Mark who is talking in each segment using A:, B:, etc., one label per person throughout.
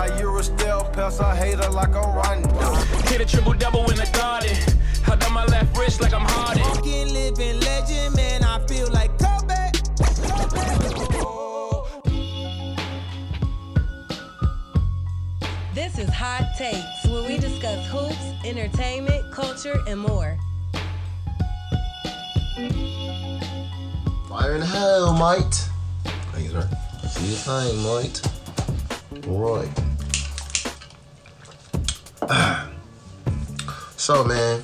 A: I Eurostep pass, I hate her like I'm Rondo.
B: Hit a triple double in the garden. I done my left wrist like I'm Harden.
C: Fucking living legend, man. I feel like Kobe.
D: This is Hot Takes, where we discuss hoops, entertainment, culture, and more.
E: Fire in hell, mate. Thank you, sir. Do your thing, mate. All right. So, man,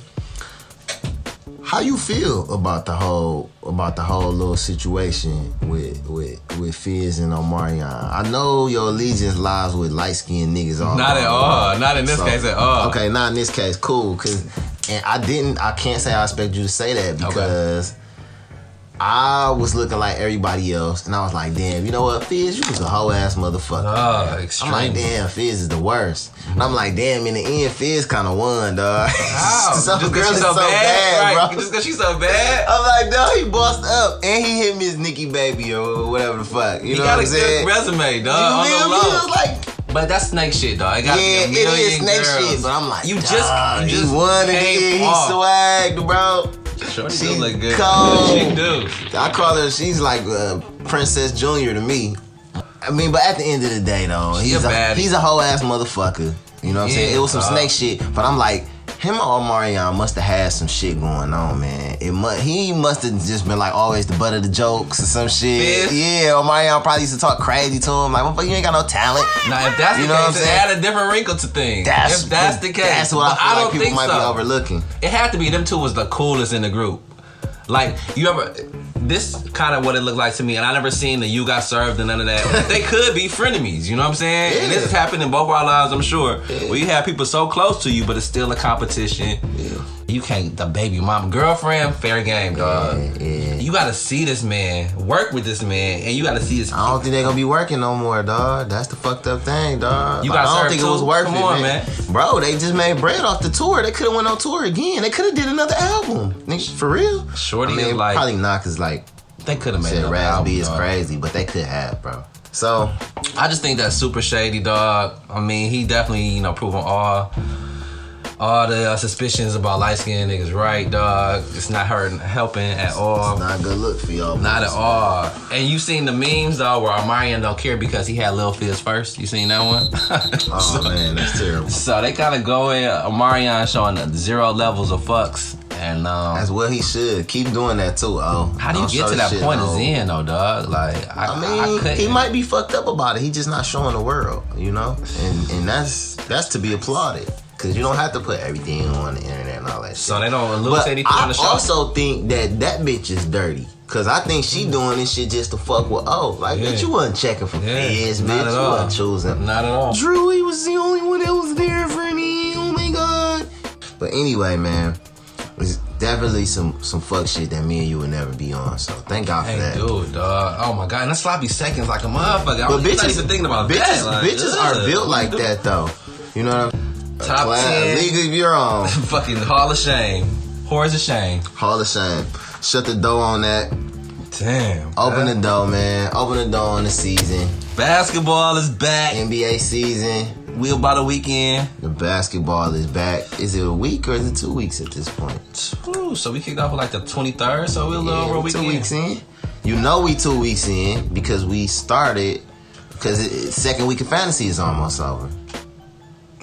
E: how you feel about the whole about the whole little situation with with with Fizz and Omarion? I know your allegiance lies with light skinned niggas. All
F: Not at all. Not in this
E: So-
F: case at all.
E: Okay, not in this case. Cool, cause and I didn't. I can't say I expect you to say that because. I was looking like everybody else, and I was like, "Damn, you know what, Fizz, you was a whole ass motherfucker."
F: Oh,
E: I'm
F: extreme.
E: like, damn, Fizz is the worst. And I'm like, damn, in the end, Fizz kind of won, dog.
F: Wow, just
E: Some
F: 'cause
E: girls
F: she's
E: is
F: so bad, right?
E: bro.
F: Just 'cause she's so bad.
E: I'm like, dog, he bossed up. And he hit Miss Nikki Baby or whatever the fuck. You
F: You
E: know
F: got
E: what
F: a
E: I'm saying?
F: good resume, dog.
E: You
F: On
E: feel
F: the
E: me?
F: low.
E: It was like,
F: But that's snake shit, dog. It
E: yeah,
F: gotta be a
E: it
F: million
E: is snake
F: girls.
E: shit, but I'm like,
F: You just-
E: dog,
F: you just
E: he won and
F: came
E: then he
F: off.
E: swagged, bro.
F: Shorty
E: She
F: do look good.
E: cold.
F: She do.
E: I call her, she's like uh, Princess Junior to me. I mean, but at the end of the day, though,
F: She a
E: he's a,
F: baddie.
E: he's a whole ass motherfucker. You know what I'm saying?
F: Yeah,
E: It was some
F: dog.
E: snake shit, but I'm like, him or Omarion must have had some shit going on, man. It mu- he must have just been like always the butt of the jokes or some shit.
F: Fizz?
E: Yeah, Omarion probably used to talk crazy to him, like, motherfucker, you ain't got no talent.
F: Now, if that's
E: You
F: the
E: know what I'm
F: case, it
E: saying?
F: add a different wrinkle to things.
E: That's
F: if that's the case,
E: That's what
F: But
E: I feel
F: don't
E: like people
F: think
E: might
F: so.
E: be overlooking.
F: It had to be them two was the coolest in the group. Like you ever, this kind of what it looked like to me, and I never seen the you got served and none of that. they could be frenemies, you know what I'm saying? And this
E: Yeah.
F: has happened in both our lives, I'm sure. Where you have people so close to you, but it's still a competition. You can't the baby mom girlfriend fair game, dog.
E: yeah.
F: You gotta see this man, work with this man, and you gotta see this.
E: I don't think they're gonna be working no more, dog. That's the fucked up thing, dog.
F: You
E: Like,
F: got
E: I
F: served
E: don't think
F: too?
E: it was worth
F: Come
E: it,
F: on,
E: man. Bro, they just made bread off the tour. They could have went on tour again. They could have did another album, nigga. For real.
F: Shorty
E: I
F: is
E: mean,
F: like-
E: probably not, cause like
F: They could have made
E: said,
F: another
E: Raz
F: album,
E: B is
F: dog.
E: crazy, but they could have, bro. So
F: I just think that's super shady, dog. I mean, he definitely, you know, proven all all the uh, suspicions about light skinned niggas right, dog. It's not hurting, helping at all. Not,
E: not a good look for y'all.
F: at all. And you seen the memes though, where Omarion don't care because he had Lil Fizz first. You seen that one?
E: Oh man, that's terrible.
F: so they kind of go in. Omarion showing zero levels of fucks, and um,
E: That's what he should keep doing that too. Oh,
F: how do you
E: Don't
F: get
E: show
F: to that
E: shit,
F: point?
E: oh.
F: Is in though, dog. Like I,
E: I
F: I
E: mean,
F: couldn't.
E: he might be fucked up about it. He just not showing the world, you know. And and that's that's to be applauded because you don't have to put everything on the internet and all that shit.
F: So they don't lose
E: but
F: anything on
E: I
F: the show.
E: also think that that bitch is dirty. Cause I think she doing this shit just to fuck with oh like
F: Mm. Yeah.
E: bitch you wasn't checking for
F: Yeah,
E: kids
F: not
E: bitch
F: at
E: you
F: all.
E: wasn't choosing
F: not at all.
E: Drew he was the only one that was there for me oh my god but anyway man it's definitely some some fuck shit that me and you would never be on so thank God for
F: Hey,
E: that
F: dude, dog. Oh my god, and that's sloppy seconds like a motherfucker. I
E: But
F: was
E: bitches,
F: not even thinking about
E: bitches,
F: that. Like,
E: bitches
F: ugh.
E: are built like that though. You know what I'm
F: Top
E: Class-
F: ten,
E: League of your own.
F: fucking hall of shame, whores of shame.
E: Hall of Shame. Shut the door on that.
F: Damn.
E: Open the door, man. Open the door on the season.
F: Basketball is back.
E: NBA season.
F: We about a weekend.
E: The basketball is back. Is it a week or is it two weeks at this point?
F: Ooh, so we kicked off like the twenty third. So we're a little
E: Yeah,
F: over a
E: we
F: weekend.
E: two weeks in. You know we two weeks in because we started because it, second week of fantasy is almost over.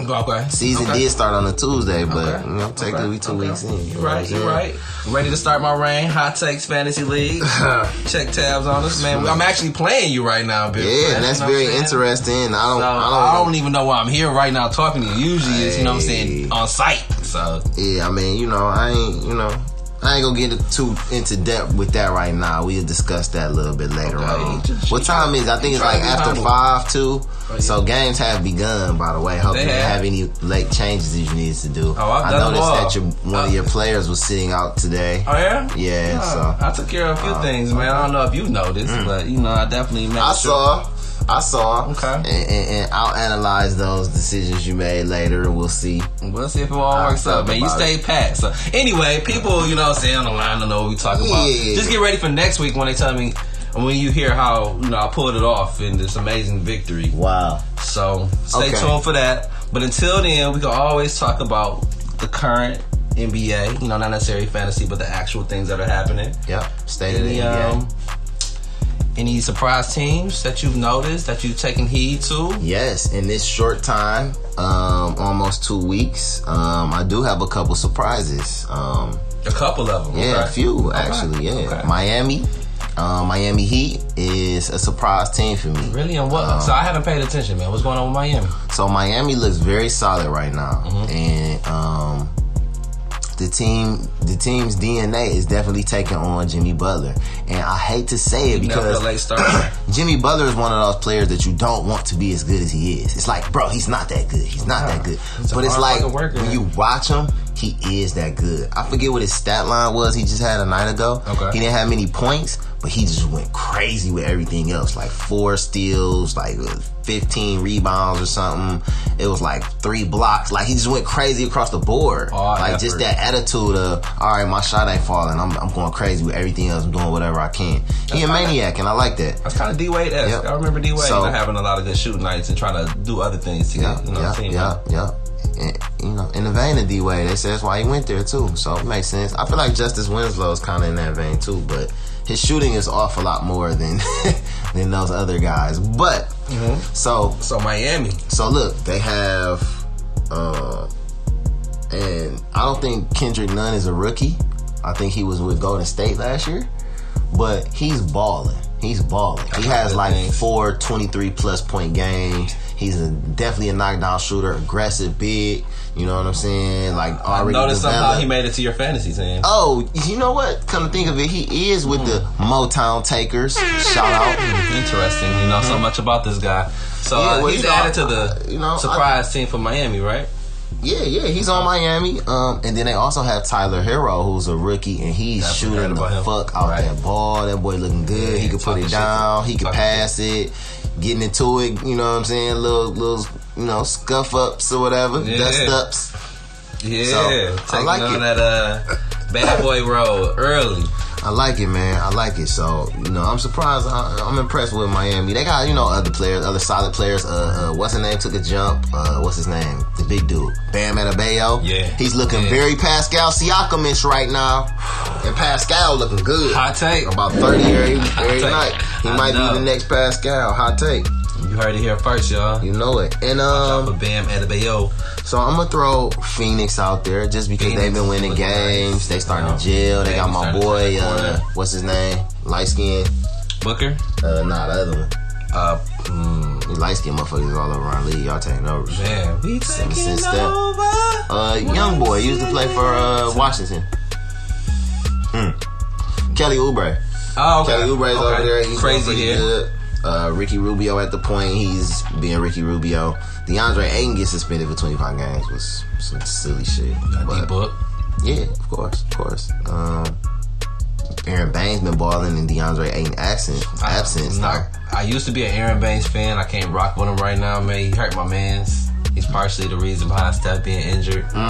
F: Okay.
E: Season
F: okay.
E: did start on a Tuesday, but
F: Okay.
E: you know technically
F: Okay.
E: we two
F: Okay.
E: weeks in. You
F: You
E: know what I'm
F: right, you
E: saying?
F: right. Ready to start my reign? Hot takes, fantasy league. Check tabs on us, man. I'm actually playing you right now, Bill.
E: Yeah, and that's
F: You know what I'm
E: very
F: saying?
E: interesting. I don't,
F: So
E: I don't,
F: even know why I'm here right now talking to you. Usually, it's, you know what I'm
E: Hey.
F: saying, on site. So,
E: yeah. I mean, you know, I ain't, you know, I ain't gonna get too into depth with that right now. We'll discuss that a little bit later
F: Okay.
E: on.
F: Just-
E: What time is? it? I think it's
F: Try
E: like
F: to be
E: after
F: humble.
E: five too. So games have begun. By the way, hopefully you
F: have.
E: have any late changes that you need to do.
F: Oh, I've
E: I
F: done them
E: noticed
F: all. Uh,
E: that your one of your players was sitting out today.
F: oh yeah,
E: Yeah, so-
F: I took care of a few things, man. I don't know if you noticed, but you know, Mm. I definitely made
E: I
F: sure.
E: saw. I saw.
F: Okay.
E: And, and, and I'll analyze those decisions you made later, and we'll see.
F: We'll see if it all works
E: thought
F: out, man. You
E: about
F: stay pat. So, anyway, people, you know, what I'm saying on the line, don't know what we talking about.
E: Yeah.
F: Just get ready for next week when they tell me And when you hear how you know I pulled it off in this amazing victory,
E: Wow.
F: so stay
E: Okay.
F: tuned for that. But until then, we can always talk about the current NBA. You know, not necessarily fantasy, but the actual things that are happening.
E: Yep. State of the
F: Any um,
E: NBA.
F: any surprise teams that you've noticed that you've taken heed to?
E: Yes, in this short time, um, almost two weeks, um, I do have a couple surprises. Um,
F: A couple of them.
E: Yeah,
F: okay?
E: a few actually.
F: Okay,
E: Yeah,
F: okay.
E: Miami, uh, Miami Heat is a surprise team for me.
F: Really? And what? so
E: Um,
F: I haven't paid attention, man. What's going on with Miami?
E: So Miami looks very solid right now,
F: Mm-hmm.
E: and um, the team, the team's DNA is definitely taking on Jimmy Butler. And I hate to say it
F: Never a
E: because
F: late starter.
E: Jimmy Butler is one of those players that you don't want to be as good as he is. It's like, bro, he's not that good. He's not that good.
F: He's a
E: but it's
F: hard
E: like
F: fucking worker,
E: when
F: man.
E: you watch him, he is that good. I forget what his stat line was. He just had a night ago.
F: Okay.
E: He didn't have many points, but he just went crazy with everything else. Like four steals, like uh, 15 rebounds or something. It was like three blocks. Like he just went crazy across the board.
F: All
E: like
F: effort.
E: just that attitude of, all right, my shot ain't falling. I'm, I'm going crazy with everything else. I'm doing whatever I can. he a maniac, and I like that.
F: That's kind of D Wade esque.
E: Yep.
F: I remember D Wade
E: So-
F: not having a lot of good shooting nights and trying to do other things to
E: Yeah,
F: get, you know
E: yeah,
F: what I'm saying?
E: yeah, yeah. And, you know, in the vein of D Wade, they say that's why he went there too. So it makes sense. I feel like Justice Winslow is kind of in that vein too, but his shooting is off a lot more than than those other guys. But
F: Mm-hmm.
E: so
F: So Miami.
E: so look, they have, uh, and I don't think Kendrick Nunn is a rookie. I think he was with Golden State last year, but he's balling. He's balling. He has
F: good
E: like
F: things.
E: four 23 plus point games. He's a, definitely a knockdown shooter, aggressive, big. You know what I'm saying? Like already
F: Notice somehow
E: developed.
F: he made it to your fantasy team.
E: Oh, you know what? Come to think of it, he is with the Motown Takers. Shout out.
F: Interesting. You know so much about this guy. So
E: Mm-hmm. Yeah,
F: uh,
E: well,
F: he's
E: you know,
F: added to the
E: I- you know, I-
F: surprise team for Miami, right?
E: Yeah, yeah, he's on Miami. Um, and then they also have Tyler Hero, who's a rookie, and he's
F: I forgot
E: shooting the
F: about him.
E: fuck out
F: Right.
E: that ball. That boy looking good. he
F: Yeah,
E: can put
F: talking
E: it
F: shit.
E: down. He can
F: Talking
E: pass it. Getting into it, you know what I'm saying? Little, little, you know, scuff ups or whatever,
F: Yeah.
E: dust ups.
F: Yeah.
E: So, I
F: Taking
E: like
F: on
E: it.
F: that uh, bad boy road early.
E: I like it, man. I like it. So, you know, I'm surprised. I, I'm impressed with Miami. They got, you know, other players, other solid players. Uh, uh what's his name? Took a jump. Uh, what's his name? The big dude, Bam Adebayo.
F: Yeah.
E: He's looking
F: Yeah.
E: very Pascal Siakamish right now, and Pascal looking good.
F: Hot take.
E: About 30 every, every
F: take.
E: night. He
F: I
E: might
F: know.
E: be the next Pascal. Hot take.
F: You heard it here first, y'all.
E: You know it. And um,
F: But Bam Adebayo.
E: so I'm gonna throw Phoenix out there just because
F: Phoenix
E: they've been winning
F: looking
E: games.
F: nice.
E: They starting to
F: Yeah.
E: jail. They
F: Yeah,
E: got
F: he
E: my
F: started to
E: boy.
F: turn the
E: Uh,
F: corner.
E: what's his name? Light skin.
F: Booker.
E: Uh, nah, the other one.
F: Uh, mm,
E: These light skinned motherfuckers all over our league. Y'all taking over.
F: man, we
E: Since
F: taking
E: that-
F: over.
E: Uh, young boy used to play for uh, Washington. Hmm. Kelly Oubre.
F: Oh, okay.
E: Kelly Oubre's
F: Okay.
E: over there. He's
F: Crazy
E: doing pretty
F: here.
E: good. Uh, Ricky Rubio at the point. He's being Ricky Rubio. DeAndre Ayton gets suspended for 25 games was some silly shit. But-
F: D-Book.
E: Yeah, of course, of course. Um, Aaron Baines been balling and DeAndre Ayton absent. Absence.
F: Nah, I used to be an Aaron Banks fan. I can't rock with him right now, man. He hurt my man's. He's partially the reason behind Steph being injured. So, uh,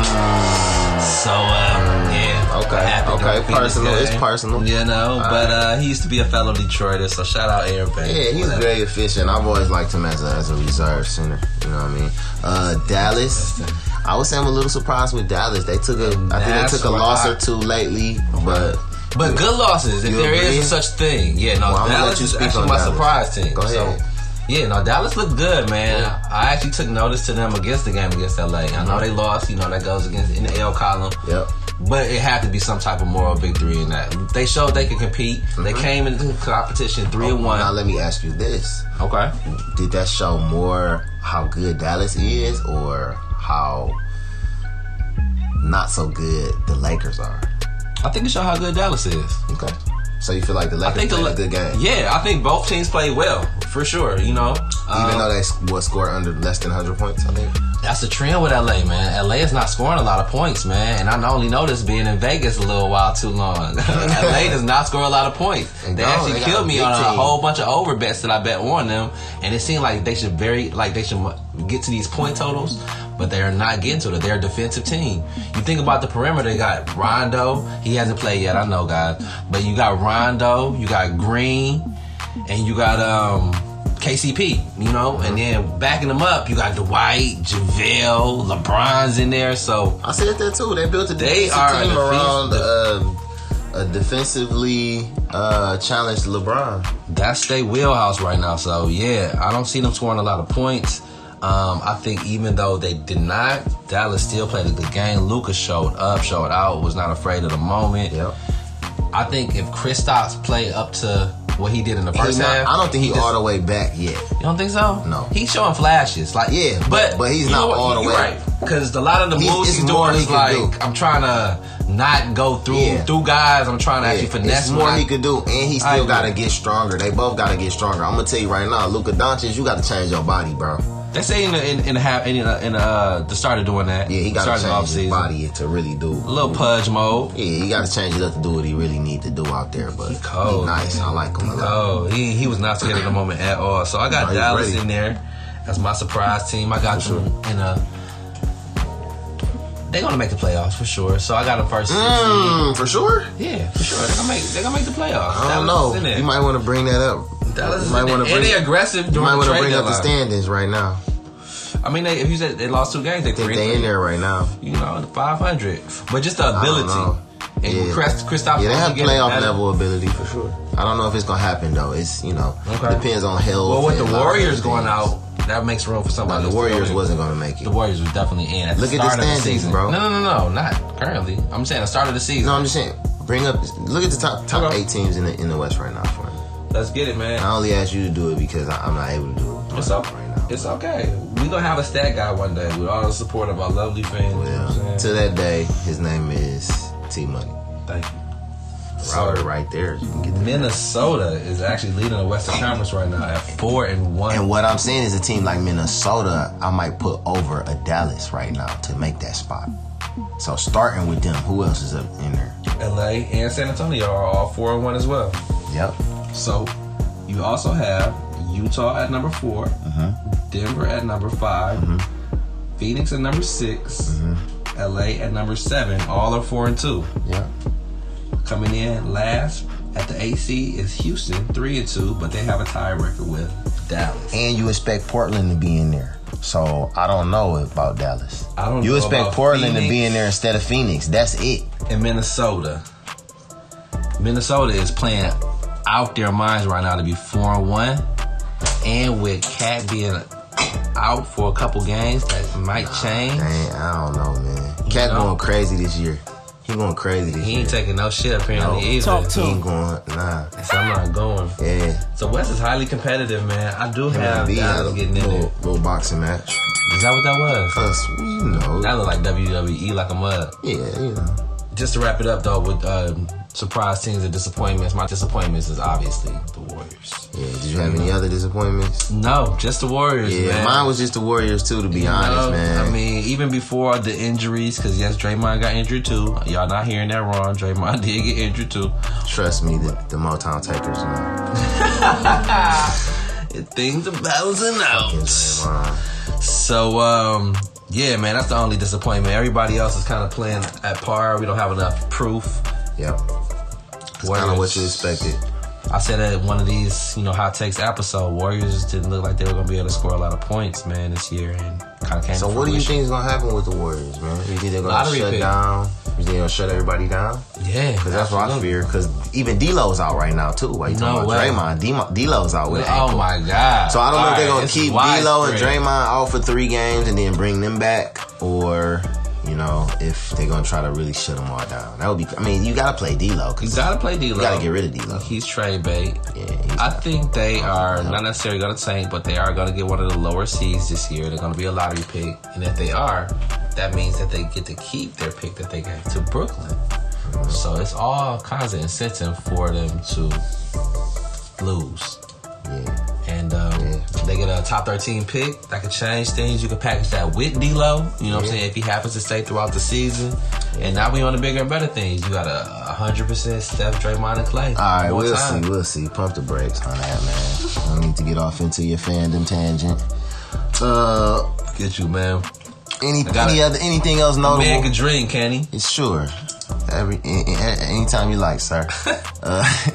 F: yeah.
E: Okay,
F: what happened
E: okay,
F: during the Phoenix
E: personal, it's
F: game,
E: personal.
F: You know, but uh, he used to be a fellow Detroiter, so shout out Aaron Banks.
E: Yeah, he's
F: Whatever.
E: very efficient. I've always liked him as a, as a reserve center. You know what I mean? Uh, Dallas. I would say I'm a little surprised with Dallas. They took a, I think
F: That's
E: they took a
F: what
E: loss
F: I-
E: or two lately, but
F: But good losses, if
E: You
F: there
E: agree?
F: is such thing. Yeah, no,
E: Well, I'm gonna
F: Dallas
E: let you
F: is
E: speak
F: actually
E: on
F: my
E: Dallas.
F: surprise team.
E: Go ahead.
F: So, yeah, no, Dallas looked good, man. I actually took notice to them against the game against LA. I know they lost, you know, that goes against in the L column.
E: Yep.
F: But it had to be some type of moral victory in that. They showed they could compete. They
E: Mm-hmm.
F: came into the competition three and one.
E: now let me ask you this:
F: Okay.
E: Did that show more how good Dallas is, or how not so good the Lakers are?
F: I think it showed how good Dallas is.
E: Okay. So you feel like the
F: I
E: Lakers
F: think the
E: played
F: La-
E: a good game?
F: Yeah, I think both teams played well for sure. You know,
E: Even
F: Um,
E: though they s- what scored under less than 100 points, I think.
F: That's the trend with LA, man. LA is not scoring a lot of points, man. And I only noticed being in Vegas a little while too long. LA does not score a lot of points. They,
E: They don't.
F: actually
E: They got
F: killed
E: a
F: me
E: big
F: on a
E: team.
F: whole bunch of over bets that I bet on them. And it seemed like they should very, like they should mu- get to these point totals, but they are not getting to it. They're a defensive team. You think about the perimeter, they got Rondo. He hasn't played yet, I know, guys. But you got Rondo, you got Green. and you got um KCP, you know, and then backing them up, you got Dwight, JaVale, LeBron's in there. So
E: I said that too. They built a
F: They
E: defensive
F: are a
E: team
F: defen-
E: around
F: def-
E: uh, a defensively uh, challenged LeBron.
F: that's their wheelhouse right now. So yeah, I don't see them scoring a lot of points. Um, I think even though they did not, Dallas still played a good game. Lucas showed up, showed out, was not afraid of the moment.
E: Yep.
F: I think if Kristaps played up to what he did in the
E: He
F: first
E: not-
F: half,
E: I don't think he
F: just-
E: all the way back yet.
F: You don't think so?
E: No.
F: He's showing flashes, like
E: Yeah,
F: but
E: but he's
F: you
E: not
F: know what?
E: all the
F: You're
E: way.
F: right. Because a lot of the
E: He's-
F: moves
E: it's
F: he's
E: more
F: doing
E: he
F: is
E: can
F: like
E: do.
F: I'm trying to not go through
E: Yeah.
F: through guys. I'm trying to actually
E: Yeah,
F: finesse
E: it's
F: when
E: more
F: I-
E: he could do, and he
F: I
E: still
F: agree.
E: got to get stronger. They both got to get stronger. I'm gonna tell you right now, Luka Doncic, you got to change your body, bro.
F: They say in the in, in the half in, the, in the, uh the start of doing that.
E: Yeah, he got to
F: starting
E: change
F: offseason.
E: his body to really do.
F: A little pudge mode.
E: Yeah, he got to change it up to do what he really need to do out there. But he
F: cold,
E: nice. I like him a lot.
F: Oh, he he was not scared of the moment at all. So I
E: Nah,
F: got
E: he's
F: Dallas
E: ready.
F: in there as my surprise team. I got them in a. They're gonna make the playoffs for sure. So I got them first.
E: Mm, for sure.
F: Yeah, for sure. They're gonna make they're gonna make the playoffs.
E: I don't
F: Dallas is in
E: know.
F: there.
E: You might want to bring that up.
F: Dallas
E: you
F: is
E: might
F: in there.
E: wanna
F: and
E: bring-
F: they aggressive
E: You
F: during
E: might
F: the
E: want to
F: trade
E: bring up the
F: deadline.
E: standings right now.
F: I mean, they, if you said they lost two games, they
E: I think
F: three.
E: they in there right now.
F: You know, five hundred. But just the
E: I don't know.
F: ability. And
E: Yeah.
F: Chris Kristaps
E: Yeah, they
F: Porzingis
E: have
F: getting
E: playoff
F: better.
E: level ability for sure. I don't know if it's gonna happen though. It's you know
F: Okay.
E: depends on health.
F: Well, with the
E: and a lot of
F: Warriors
E: other
F: going
E: things.
F: out, that makes room for
E: Nah,
F: somebody.
E: the
F: else to
E: Warriors
F: go in.
E: wasn't gonna make it.
F: The Warriors was definitely in at the
E: Look at the
F: start of the
E: standings,
F: season,
E: bro.
F: No, no, no, no, not currently. I'm saying the start of the season.
E: No, I'm just saying. Bring up. Look at the top top
F: Okay.
E: eight teams in the in the West right now for me.
F: Let's get it, man.
E: I only asked you to do it because I, I'm not able to do it.
F: It's up right now. It's okay. We gonna have a stat guy one day with all the support of our lovely fans. you know what
E: Yeah.
F: I'm
E: To
F: saying?
E: that day, his name is T Money.
F: Thank you.
E: Robert,
F: So,
E: right there. You can get the
F: Minnesota is actually leading the Western Conference right now at four and one.
E: And what I'm saying is a team like Minnesota, I might put over a Dallas right now to make that spot. So starting with them, who else is up in there?
F: LA and San Antonio are all four and one as well.
E: Yep.
F: So you also have Utah at number 4 Denver at number 5 Phoenix at number 6 LA at number seven. All are four and two.
E: Yep.
F: Coming in last at the AC is Houston, three and two, but they have a tiebreaker with Dallas.
E: And you expect Portland to be in there. So I don't know about Dallas.
F: I don't
E: You
F: know
E: expect
F: about
E: Portland to be
F: Phoenix.
E: in there instead of Phoenix. That's it.
F: And Minnesota. Minnesota is playing out their minds right now to be four and one, and with Cat being out for a couple games, that might change.
E: Dang, I don't know, man. Cat
F: know?
E: going crazy this year. He going crazy this
F: He
E: year.
F: ain't taking no shit apparently either.
C: Talk to
E: he
C: him.
E: ain't going nah.
F: So I'm not going.
E: Yeah.
F: So West is highly competitive, man. I do
E: Him
F: have
E: and B had a
F: Dallas getting in there.
E: little, little boxing match.
F: Is that what that was?
E: Us, you know.
F: That look like WWE, like a mug.
E: Yeah, you know.
F: Just to wrap it up though, with um, surprise teams and disappointments. My disappointments is obviously the Warriors.
E: Yeah, did you have any other disappointments?
F: No, just the Warriors.
E: Yeah,
F: man.
E: mine was just the Warriors too, to be
F: You
E: honest,
F: know,
E: man.
F: I mean, even before the injuries, because yes, Draymond got injured too. Y'all not hearing that wrong. Draymond did get injured too.
E: trust me, the, the Motown takers know.
F: Things are balancing out.
E: Uh,
F: So um yeah, man, that's the only disappointment. Everybody else is kind of playing at par. We don't have enough proof.
E: yep, kind of what you expected.
F: I said at one of these, you know, hot takes episode, Warriors just didn't look like they were gonna be able to score a lot of points, man, this year, and kind of came.
E: So
F: to
E: what do you
F: fruition.
E: think is gonna happen with the Warriors, man? You think they're gonna
F: Lottery
E: shut
F: pick.
E: down? You think they're gonna shut everybody down?
F: Yeah,
E: Because that's what I fear. Because even D'Lo's out right now too. Why you
F: No
E: talking
F: way.
E: about Draymond? D- D'Lo's out with an
F: Oh
E: ankle.
F: my god!
E: So I don't know if
F: All right,
E: they're gonna
F: it's
E: keep D'Lo and
F: widespread.
E: Draymond out for three games and then bring them back, or you know if they're gonna try to really shut them all down. That would be. I mean, you gotta play D'Lo
F: You
E: because
F: gotta play D'Lo.
E: you gotta get rid of D'Lo.
F: He's trade bait.
E: Yeah, he's
F: I
E: not-
F: think they are
E: help.
F: not necessarily going to tank, but they are going to get one of the lower seeds this year. They're going to be a lottery pick, and if they are, that means that they get to keep their pick that they gave to Brooklyn. So it's all kinds of incentive for them to lose.
E: Yeah.
F: And um,
E: Yeah.
F: they get a top 13 pick that could change things. You could package that with D'Lo. You know what I'm saying? If he happens to stay throughout the season. And now we on the bigger and better things. You got a 100% Steph, Draymond, and Clay.
E: All right,
F: One
E: we'll
F: time.
E: see. We'll see. Pump the brakes on that, man. I don't need to get off into your fandom tangent. Uh,
F: Get you, man.
E: any
F: got
E: any
F: it.
E: other anything else
F: Man
E: notable?
F: could dream, can he?
E: It's sure. Every a- a- anytime you like, sir. uh,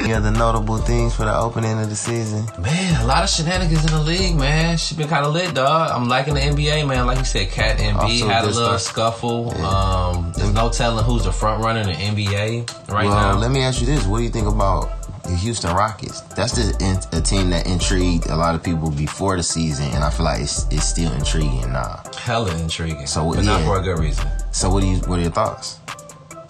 E: Any other notable things for the opening of the season?
F: Man, a lot of shenanigans in the league, man. She been kind of lit, dog. I'm liking the NBA, man. Like you said, Cat and B
E: Also
F: had a
E: this
F: little
E: time-
F: scuffle. Um, there's no telling who's the front runner in the NBA right
E: well,
F: now.
E: let me ask you this: What do you think about the Houston Rockets? That's the in, a team that intrigued a lot of people before the season, and I feel like it's, it's still intriguing now.
F: Hella intriguing,
E: So,
F: but not
E: yeah.
F: for a good reason.
E: So, what do you? What are your thoughts?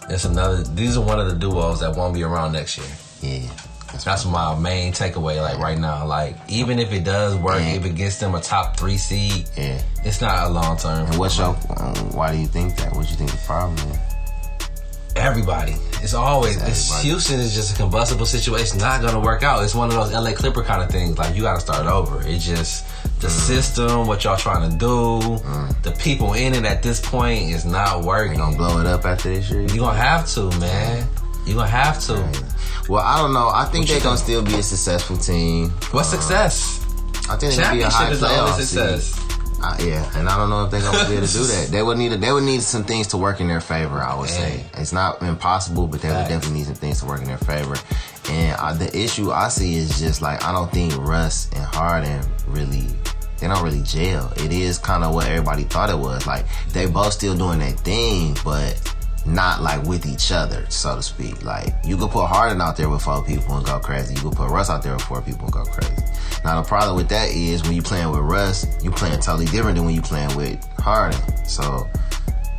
F: That's another. These are one of the duos that won't be around next year.
E: Yeah, that's
F: That's my main takeaway, like right now. Like even if it does work,
E: Yeah.
F: if it gets them a top three seed,
E: yeah.
F: it's not a long term.
E: And what's your? Um, why do you think that? What do you think the problem is?
F: Everybody, it's always it's
E: Everybody.
F: Houston is just a combustible situation. Not gonna work out. It's one of those LA Clipper kind of things. Like you got to start over. It's just
E: Mm.
F: the system, what y'all trying to do, the people in it at this point is not working.
E: You Mm. gonna blow it up after this year?
F: You gonna have to, man. You gonna have to.
E: Well, I don't know. I think
F: you
E: they're gonna
F: think?
E: still be a successful team.
F: What's success?
E: I think they're Uh, gonna be a high
F: Championship is the
E: playoff
F: only
E: seed.
F: success.
E: Uh, yeah, and I don't know if they're gonna be able to do that. They would need they would need some things to work in their favor. I would say it's not impossible, but they would
F: Facts.
E: definitely need some things to work in their favor. And I, the issue I see is just like I don't think Russ and Harden really they don't really gel. It is kind of what everybody thought it was. Like they both still doing their thing, but not like with each other, so to speak. Like you could put Harden out there with four people and go crazy. You could put Russ out there with four people and go crazy. Now the problem with that is when you playing with Russ, you playing totally different than when you playing with Harden. So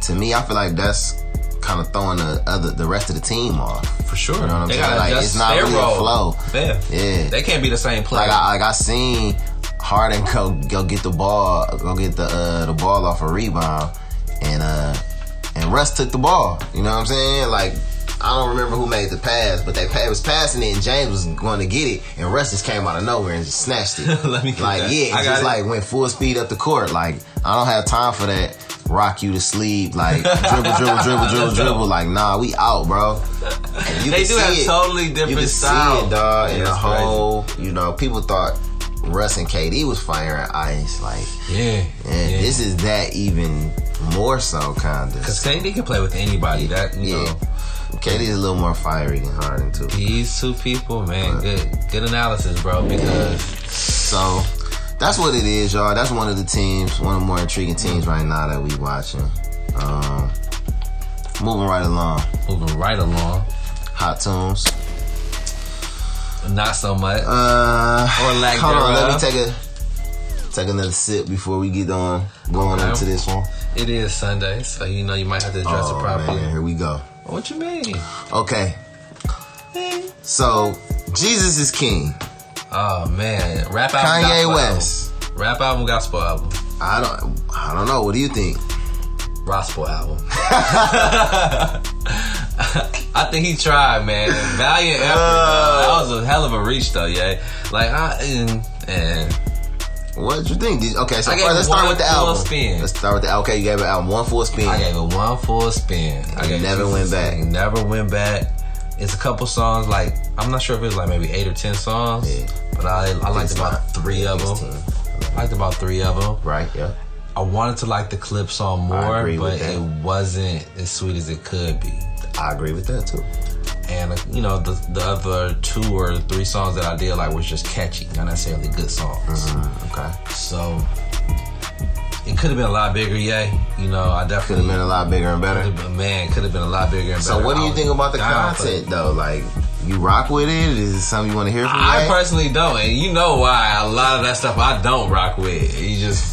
E: to me, I feel like that's kind of throwing the other the rest of the team off.
F: For sure.
E: You know what I'm
F: they
E: saying?
F: gotta
E: Like,
F: adjust
E: it's not
F: their
E: really a
F: role.
E: flow.
F: Yeah.
E: Yeah.
F: They can't be the same player.
E: Like I like I seen Harden go go get the ball, go get the uh, the ball off a rebound, and uh and Russ took the ball. You know what I'm saying? Like I don't remember who made the pass, but they pa- was passing it, and James was going to get it, and Russ just came out of nowhere and just snatched it.
F: Let me get
E: like
F: that.
E: yeah,
F: I got
E: it just
F: it.
E: like went full speed up the court. Like I don't have time for that. Rock you to sleep, like dribble, dribble, dribble, dribble, dribble. Like nah, we out, bro. And you
F: They
E: can
F: do
E: see
F: have
E: it.
F: totally
E: You
F: different
E: can
F: styles.
E: see it, dog.
F: Yeah,
E: and the
F: it's crazy.
E: whole, you know, people thought Russ and KD was firing ice. Like,
F: yeah.
E: and
F: yeah.
E: this is that even more so, kind of.
F: Cause KD can play with anybody. That you
E: Yeah.
F: know,
E: KD is a little more fiery than Harden too.
F: these two people, man. Good, good analysis, bro. Because
E: So that's what it is, y'all. That's one of the teams, one of the more intriguing teams right now that we watching. Um, moving right along,
F: moving right along,
E: hot tunes.
F: not so much.
E: Uh,
F: Or uh. lack
E: hold on, let me
F: thereof.
E: take a take another sip before we get on going
F: Okay.
E: into this one.
F: it is Sunday, so you know you might have to address
E: Oh,
F: it properly.
E: man, here we go.
F: What you mean?
E: Okay. So Jesus is King.
F: Oh man, rap album.
E: Kanye
F: gospel
E: West.
F: Album. Rap album, gospel album,
E: I don't. I don't know. What do you think?
F: gospel album. I think he tried, man. Valiant effort. dog. that was a hell of a reach, though. Yeah, like I and. and
E: What you think? Did, okay, so
F: I gave
E: first, let's start
F: one
E: with the
F: full
E: album.
F: spin.
E: Let's start with the okay. You gave an album one full spin.
F: I gave it one full spin. I
E: You
F: gave
E: never
F: it-
E: went back.
F: you Never went back. It's a couple songs. Like I'm not sure if it was like maybe eight or ten songs,
E: Yeah.
F: but I I liked
E: it's
F: about
E: not-
F: three of
E: it's
F: them.
E: 10.
F: Liked about three of them.
E: Right. Yeah.
F: I wanted to like the clip song more,
E: agree with
F: but
E: that.
F: it wasn't as sweet as it could be.
E: I agree with that too.
F: And uh, you know the the other two or three songs that I did like was just catchy, not necessarily good songs.
E: Okay.
F: So it could have been a lot bigger, yeah. You know, I
E: Could have
F: definitely
E: been a lot bigger and better.
F: Could've been- man, could have been a lot bigger. And
E: So
F: better.
E: what do
F: I
E: you
F: was
E: think about the
F: down for it.
E: content though? Like, you rock with it? Is it something you want to hear from?
F: I
E: that?
F: personally don't, and you know why. A lot of that stuff I don't rock with. You just,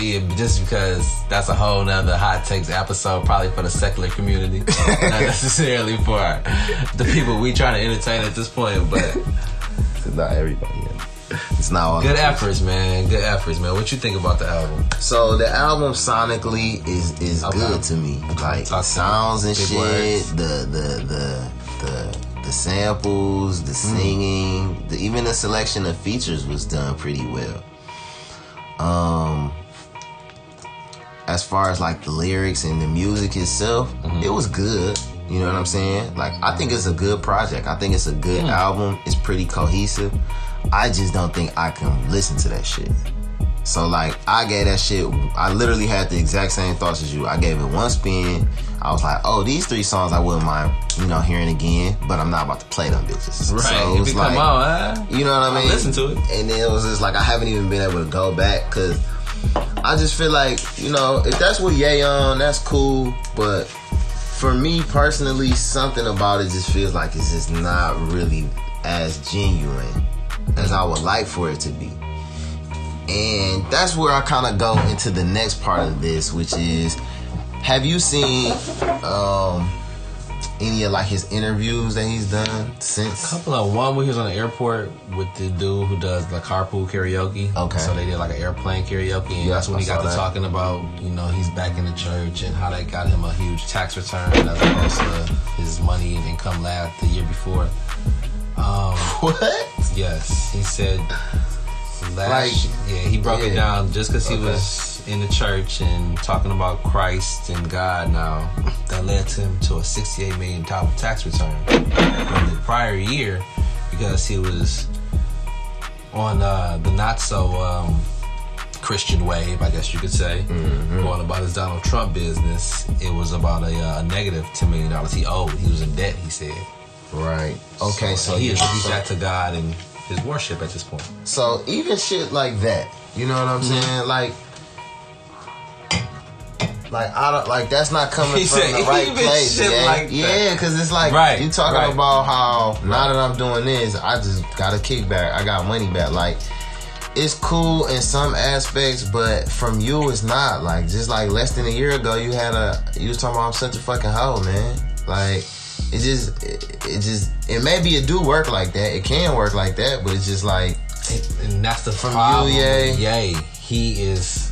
F: yeah, just because that's a whole nother hot takes episode, probably for the secular community, not necessarily for the people we trying to entertain at this point. But
E: It's not everybody. yeah. It's not all.
F: good efforts, man. Good efforts, man. What you think about the album?
E: So the album sonically is is
F: Okay.
E: good to me. Like
F: Talk to me.
E: sounds and
F: Big
E: shit,
F: words.
E: the the the the the samples, the
F: Hmm.
E: singing, the, even the selection of features was done pretty well. Um as far as like the lyrics and the music itself,
F: Mm-hmm.
E: it was good. You know what I'm saying? Like I think it's a good project. I think it's a good
F: Hmm.
E: album. It's pretty cohesive. I just don't think I can listen to that shit. So like I gave that shit I literally had the exact same thoughts as you. I gave it one spin. I was like, oh, these three songs I wouldn't mind, you know, hearing again, but I'm not about to play them bitches.
F: Right.
E: So it
F: if
E: was
F: it come
E: like-
F: on, huh?
E: you know what I mean?
F: listen to it.
E: And then it was just like I haven't even been able to go back because I just feel like you know if that's what Ye on, that's cool. But for me personally, something about it just feels like it's just not really as genuine as I would like for it to be. And that's where I kind of go into the next part of this, which is have you seen um, any of like his interviews that he's done since?
F: couple of one where he was on the airport with the dude who does the carpool karaoke.
E: Okay.
F: So they did like an airplane karaoke, and
E: Yeah,
F: that's when
E: I
F: he got
E: saw
F: to
E: that.
F: talking about you know he's back in the church and how they got him a huge tax return as opposed to his money and income last the year before.
E: What?
F: Yes, he said.
E: Like-
F: Last, yeah, he broke it
E: yeah.
F: down just because he
E: Okay.
F: was in the church and talking about Christ and God. Now that led to him to a sixty-eight million dollar tax return from the prior year because he was on uh, the not so um, Christian wave, I guess you could say,
E: Mm-hmm.
F: going about his Donald Trump business. It was about a, uh, a negative ten million dollars he owed. He was in debt. He said.
E: Right. Okay. So,
F: So he attributes
E: so,
F: that to God and his worship at this point.
E: so even shit like that, you know what I'm
F: Mm-hmm.
E: saying? Like, like I don't like that's not coming
F: He
E: from
F: said,
E: the right
F: even
E: place.
F: shit
E: yeah,
F: like that.
E: yeah, because it's like
F: Right,
E: you talking
F: right.
E: about how now that I'm doing this, I just got a kickback. I got money back. Like. It's cool in some aspects, but from you, it's not. Like just like less than a year ago, you had a you was talking about I'm such a fucking hoe, man. Like it just it, it just it maybe it do work like that it can work like that but it's just like
F: And that's the
E: From
F: problem.
E: you, Ye.
F: Yay. He is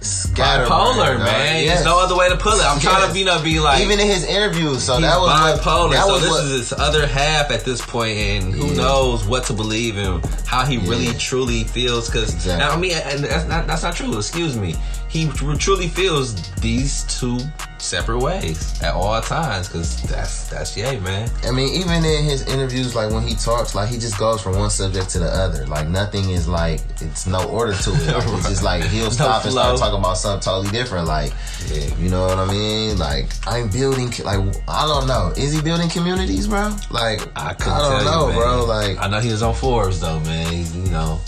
E: scattered
F: bipolar, man. There's no other way to put it. I'm trying to, you know, be like
E: even in his interviews so
F: he's
E: that was what-
F: bipolar.
E: that
F: so
E: was
F: this
E: what-
F: is his other half at this point, and who
E: Yeah.
F: knows what to believe and how he really
E: Yeah.
F: truly feels. Because
E: Exactly.
F: I mean, and that's not that's not true. Excuse me. He tr- truly feels these two separate ways at all times. Because that's that's yay, man.
E: I mean, even in his interviews, like when he talks, like he just goes from one subject to the other. Like nothing is like it's no order to it. Like, It's just like he'll stop and
F: flow.
E: start talking about something totally different. Like,
F: Yeah.
E: you know what I mean? Like I'm building, like I don't know, is he building communities, bro? Like I,
F: I couldn't
E: don't
F: tell
E: know,
F: you, man.
E: bro. Like
F: I know he was on Forbes though, man. He's, you know,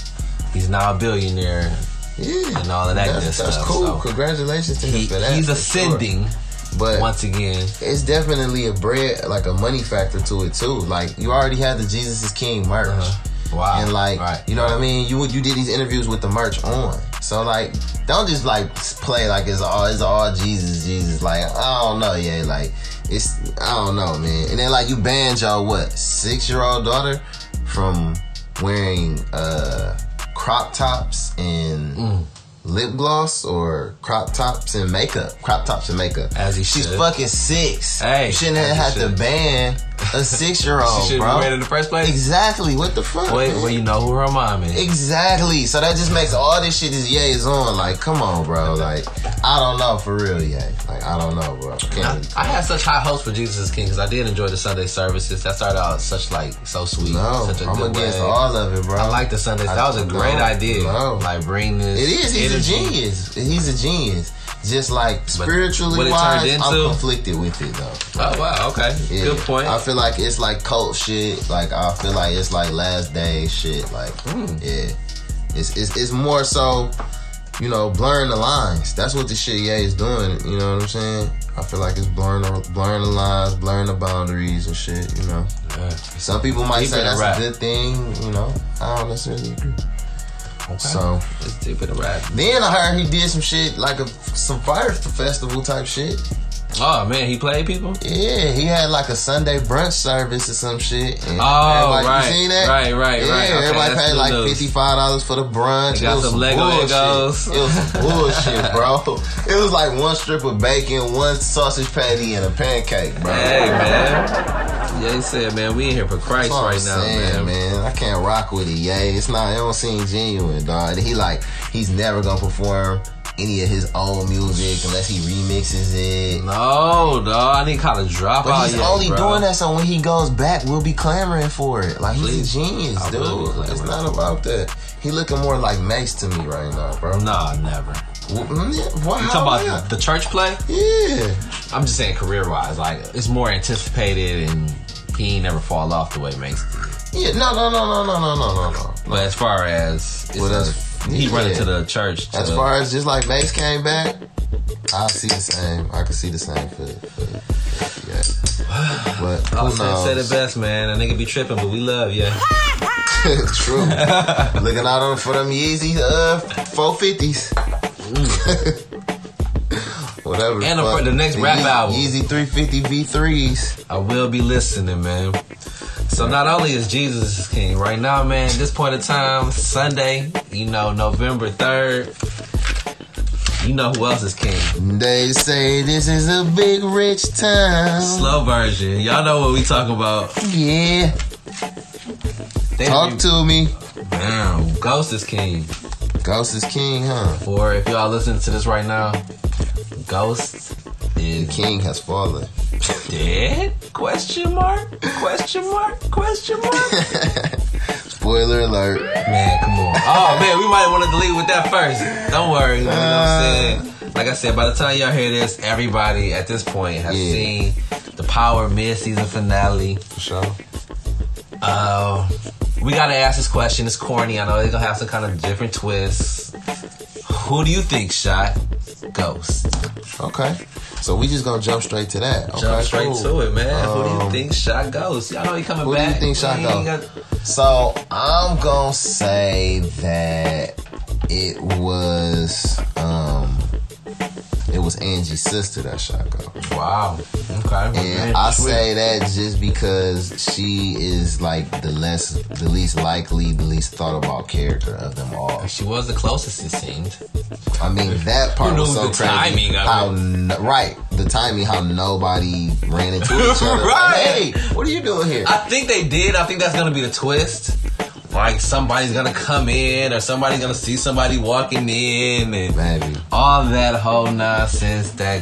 F: he's now a billionaire.
E: yeah,
F: and all of that
E: That's,
F: good
E: that's
F: stuff,
E: cool.
F: so.
E: Congratulations to him
F: He,
E: for that.
F: he's
E: for sure.
F: ascending
E: but
F: once again.
E: it's definitely a bread, like a money factor to it too. Like you already had the Jesus is King merch.
F: Uh-huh. Wow.
E: And like,
F: Right.
E: you know what I mean? You you did these interviews with the merch on, so like, don't just like play like it's all it's all Jesus, Jesus. Like I don't know, yeah. Like it's I don't know, man. And then like you banned your what six year old daughter from wearing uh crop tops and
F: Mm.
E: lip gloss or crop tops and makeup. Crop tops and makeup.
F: As he
E: She's
F: should.
E: fucking six.
F: Hey,
E: you shouldn't
F: as
E: have
F: he
E: had to
F: should.
E: ban a six year old,
F: she should
E: bro.
F: be ready in the first place.
E: Exactly. What the fuck?
F: Wait,
E: man?
F: well, you know who her mom is.
E: Exactly. So that just makes all this shit is yay is on. Like, come on, bro. Like, I don't know for real, yay. Like, I don't know, bro.
F: I,
E: Can't
F: I had such high hopes for Jesus is King because I did enjoy the Sunday services. That started out such like so sweet,
E: no,
F: such a
E: I'm
F: good
E: against
F: way.
E: all of it, bro.
F: I like the Sundays.
E: I-
F: That was a great
E: no,
F: idea.
E: no.
F: Like bring this.
E: It is. He's
F: energy.
E: a genius. He's a genius. Just like spiritually
F: what it
E: wise,
F: turned
E: I'm
F: into-
E: conflicted with it though.
F: Oh wow. Okay.
E: Yeah.
F: Good point.
E: I feel like it's like cult shit. Like I feel like it's like last day shit. Like
F: Mm.
E: yeah, it's, it's it's more so, you know, blurring the lines. That's what the shit yeah is doing. You know what I'm saying? I feel like it's blurring the, blurring the lines, blurring the boundaries and shit. You know,
F: Yeah.
E: some people might
F: Keep it
E: say
F: a
E: that's
F: wrap.
E: a good thing. You know, I don't necessarily agree.
F: Okay.
E: So
F: let's do a bit of rap.
E: then I heard he did some shit like a some fire festival type shit.
F: Oh man, he played people.
E: Yeah, he had like a Sunday brunch service or some shit. And
F: Oh,
E: everybody-
F: right.
E: You seen that?
F: Right, right,
E: yeah,
F: right. Okay,
E: everybody
F: that's
E: paid
F: good
E: like
F: news.
E: $55 for the brunch.
F: They got
E: it was
F: some
E: some
F: Lego
E: bullshit.
F: Legos.
E: It was some bullshit, bro. It was like one strip of bacon, one sausage patty, and a pancake, bro.
F: Hey man. Yeah, he said, man, we in here for Christ
E: That's what
F: right
E: I'm
F: now, man.
E: saying, man. I can't rock with it, yay. It's not, it don't seem genuine, dog. He like, he's never gonna perform any of his old music unless he remixes it.
F: No, Oh, no, I need college dropout.
E: But he's
F: yet,
E: only
F: bro.
E: doing that so when he goes back, we'll be clamoring for it. Like
F: Please.
E: he's a genius,
F: I
E: dude.
F: will be
E: it's
F: clamoring
E: not
F: for
E: about that. He looking more like Mace to me right now, bro.
F: Nah, never.
E: W- mm, yeah, Why?
F: You talking about the church play?
E: yeah.
F: I'm just saying career wise, like it's more anticipated and he ain't never fall off the way Mace did.
E: Yeah. No, no, no, no, no, no, no, no, no.
F: But as far as it's
E: Well, that's-
F: the- he running
E: yeah.
F: to the church, to,
E: As far as just like Mace came back, I see the same. I can see the same for, for, for yeah. But who
F: Oh,
E: knows?
F: Sam said it best, man. A nigga be tripping, but we love you.
E: True. Looking out on for them Yeezy uh four fifties. Whatever.
F: And the-
E: fuck.
F: the next rap
E: Yeezy,
F: album.
E: Yeezy three fifty V threes.
F: I will be listening, man. So not only is Jesus is King right now, man. This point of time, Sunday, you know, November third. You know who else is king?
E: They say this is a big rich town.
F: Slow version. Y'all know what we talking about.
E: Yeah.
F: They
E: Talk to me.
F: Damn, Ghost is king.
E: Ghost is king, huh?
F: Or if y'all listening to this right now, Ghost
E: The
F: is
E: king has fallen.
F: dead? Question mark? Question mark? Question mark?
E: Spoiler alert.
F: Man, come on. Oh man, we might want to delete with that first. Don't worry. You know what
E: Uh.
F: I'm saying? Like I said, by the time y'all hear this, everybody at this point has
E: Yeah.
F: seen the Power mid-season finale.
E: For sure.
F: Uh, we gotta ask this question. It's corny. I know it's gonna have some kind of different twist. Who do you think shot Ghost?
E: Okay. So we just gonna jump straight to that. Okay,
F: Jump straight
E: cool.
F: to it, man. who do you
E: Um,
F: think shot Ghost? Y'all know he coming
E: who do you
F: back.
E: think shot
F: He ain't
E: Ghost?
F: got-
E: So I'm gonna say that it was um it was Angie's sister that shot go.
F: Wow. Okay.
E: And I say that just because she is like the less the least likely, the least thought about character of them all.
F: She was the closest it seemed.
E: I mean that part
F: Who
E: was
F: knows
E: so
F: the
E: crazy.
F: timing of
E: how
F: it?
E: n- right the timing how nobody ran into each other.
F: Right.
E: Like, hey, what are you doing here?
F: I think they did. I think that's gonna be the twist. Like somebody's gonna come in, or somebody's gonna see somebody walking in, and
E: Maybe.
F: all that whole nonsense. That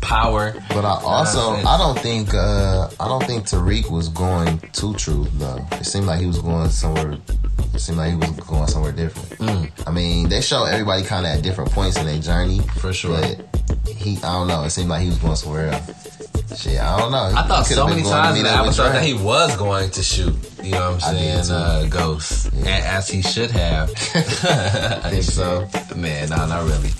F: power.
E: But I also
F: Nonsense.
E: I don't think uh I don't think Tariq was going to truth though. It seemed like he was going somewhere. It seemed like he was going somewhere different.
F: Mm.
E: I mean, they show everybody kind of at different points in their journey.
F: For sure.
E: But he, I don't know. It seemed like he was going somewhere else. Shit, I don't know.
F: I thought
E: He
F: so
E: could've been
F: many
E: going to
F: times
E: meet
F: in the
E: up with
F: episode that he
E: Drake.
F: was going to shoot. You know what
E: I
F: I'm saying?
E: did, too.
F: Uh, Ghost, A as he should have. I
E: Think so?
F: Man, nah, not really.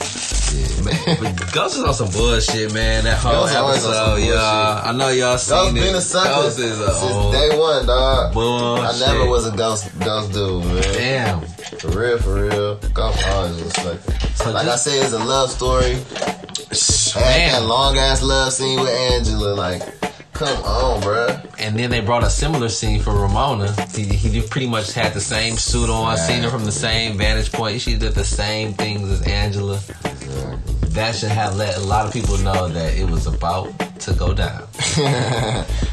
E: Yeah, man.
F: But Ghost is on some bullshit, man. That whole
E: Ghost always on some
F: episode,
E: bullshit.
F: y'all. I know y'all seen
E: Ghost
F: it.
E: been a sucker
F: Ghost is a
E: since day one, dog. I
F: bullshit.
E: never was a ghost ghost dude, man.
F: Damn.
E: For real, for real. Ghost always was like.
F: So
E: Like I
F: just-
E: said, it's a love story. Had that
F: Man.
E: long ass love scene with Angela. Like, come on, bruh.
F: And then they brought a similar scene for Ramona. He, he pretty much had the same suit on,
E: Right.
F: seen her from the same vantage point. She did the same things as Angela. That should have let a lot of people know that it was about to go down.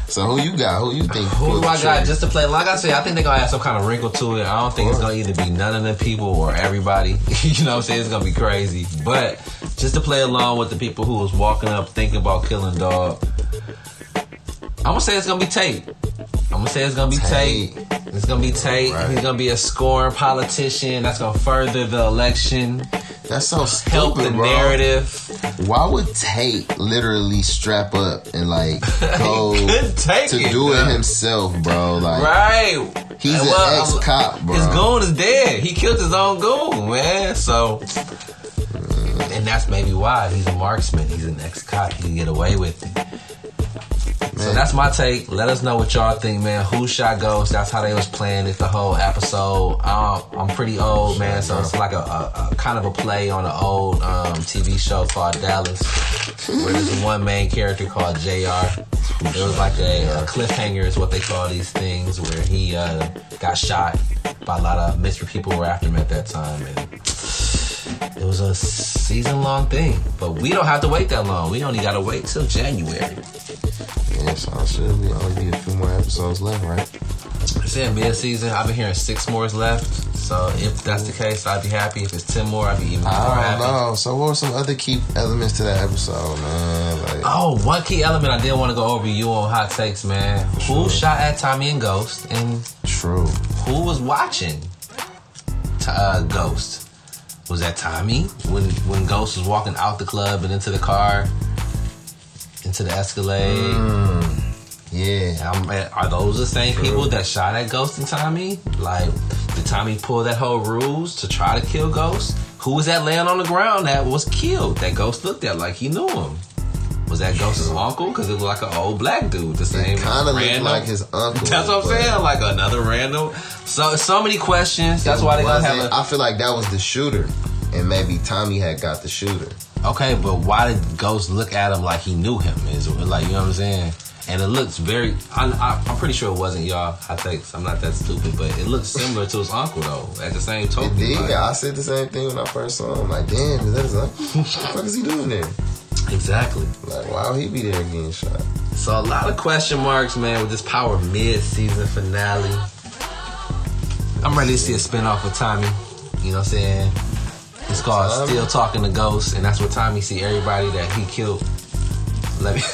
E: so who you got? Who you think?
F: Who
E: pulled
F: do
E: the
F: I got
E: trigger?
F: just to play? Like I said, I think they're gonna add some kind of wrinkle to it. I don't think it's gonna either be none of the people or everybody. you know what I'm saying? It's gonna be crazy. But just to play along with the people who was walking up thinking about killing dog, I'm gonna say it's gonna be Tate. I'm gonna say it's gonna be Tate. It's gonna be Tate.
E: Right.
F: He's gonna be a scoring politician. That's gonna further the election,
E: That's so stupid,
F: help the
E: bro.
F: narrative.
E: Why would Tate literally strap up and like go
F: Couldn't take
E: Oh, to
F: it,
E: do
F: bro.
E: it himself, bro? Like,
F: Right.
E: he's
F: And
E: an
F: well, I'm-
E: ex cop, bro.
F: His goon is dead. He killed his own goon, man. So, and that's maybe why he's a marksman. He's an ex-cop. He can get away with it. So
E: Man.
F: that's my take. Let us know what y'all think, man. Who shot Ghost? That's how they was playing it the whole episode. Um, I'm pretty old, man, so it's like a, a, a kind of a play on an old um, TV show called Dallas, where there's one main character called Jr. It was like a, a cliffhanger, is what they call these things, where he uh, got shot by a lot of mystery people who were after him at that time, and it was a season long thing. But we don't have to wait that long. We only got to wait till January.
E: Yeah, so I should be only be a few more episodes left, right?
F: It's in mid-season. I've been hearing six more is left. So if that's the case, I'd be happy. If it's ten more, I'd be even more
E: I
F: happy.
E: don't know. So what were some other key elements to that episode, man? Like,
F: Oh, one key element I did want to go over you on hot takes, man. Who
E: Sure.
F: shot at Tommy and Ghost, and
E: true.
F: who was watching T- uh, Ghost? Was that Tommy when when Ghost was walking out the club and into the car, into the Escalade?
E: Yeah.
F: Um, are those the same people that shot at Ghost and Tommy? Like, did Tommy pull that whole ruse to try to kill Ghost? Who was that laying on the ground that was killed? That Ghost looked at like he knew him. Was that Ghost's uncle? Because it was like an old black dude, the same.
E: It kind of looked
F: random-
E: like his uncle.
F: That's what I'm
E: but
F: saying. Like another random. So so many questions. That's why they gonna
E: wasn't-
F: have
E: I feel like that was the shooter, and maybe Tommy had got the shooter.
F: a. Okay, but why did Ghost look at him like he knew him? Is like you know what I'm saying. And it looks very. I, I, I'm pretty sure it wasn't y'all. I think I'm not that stupid, but it looks similar to his uncle though. At the same
E: It
F: token,
E: did.
F: like-
E: I said the same thing when I first saw him. Like, damn, is that his uncle? what the fuck is he doing there?
F: exactly.
E: Like, why would he be there getting shot?
F: So a lot of question marks, man, with this Power mid-season finale. I'm ready to see a spinoff with Tommy. You know what I'm saying? It's called
E: Tommy?
F: Still Talking to Ghosts, and that's where Tommy see everybody that he killed. Let me.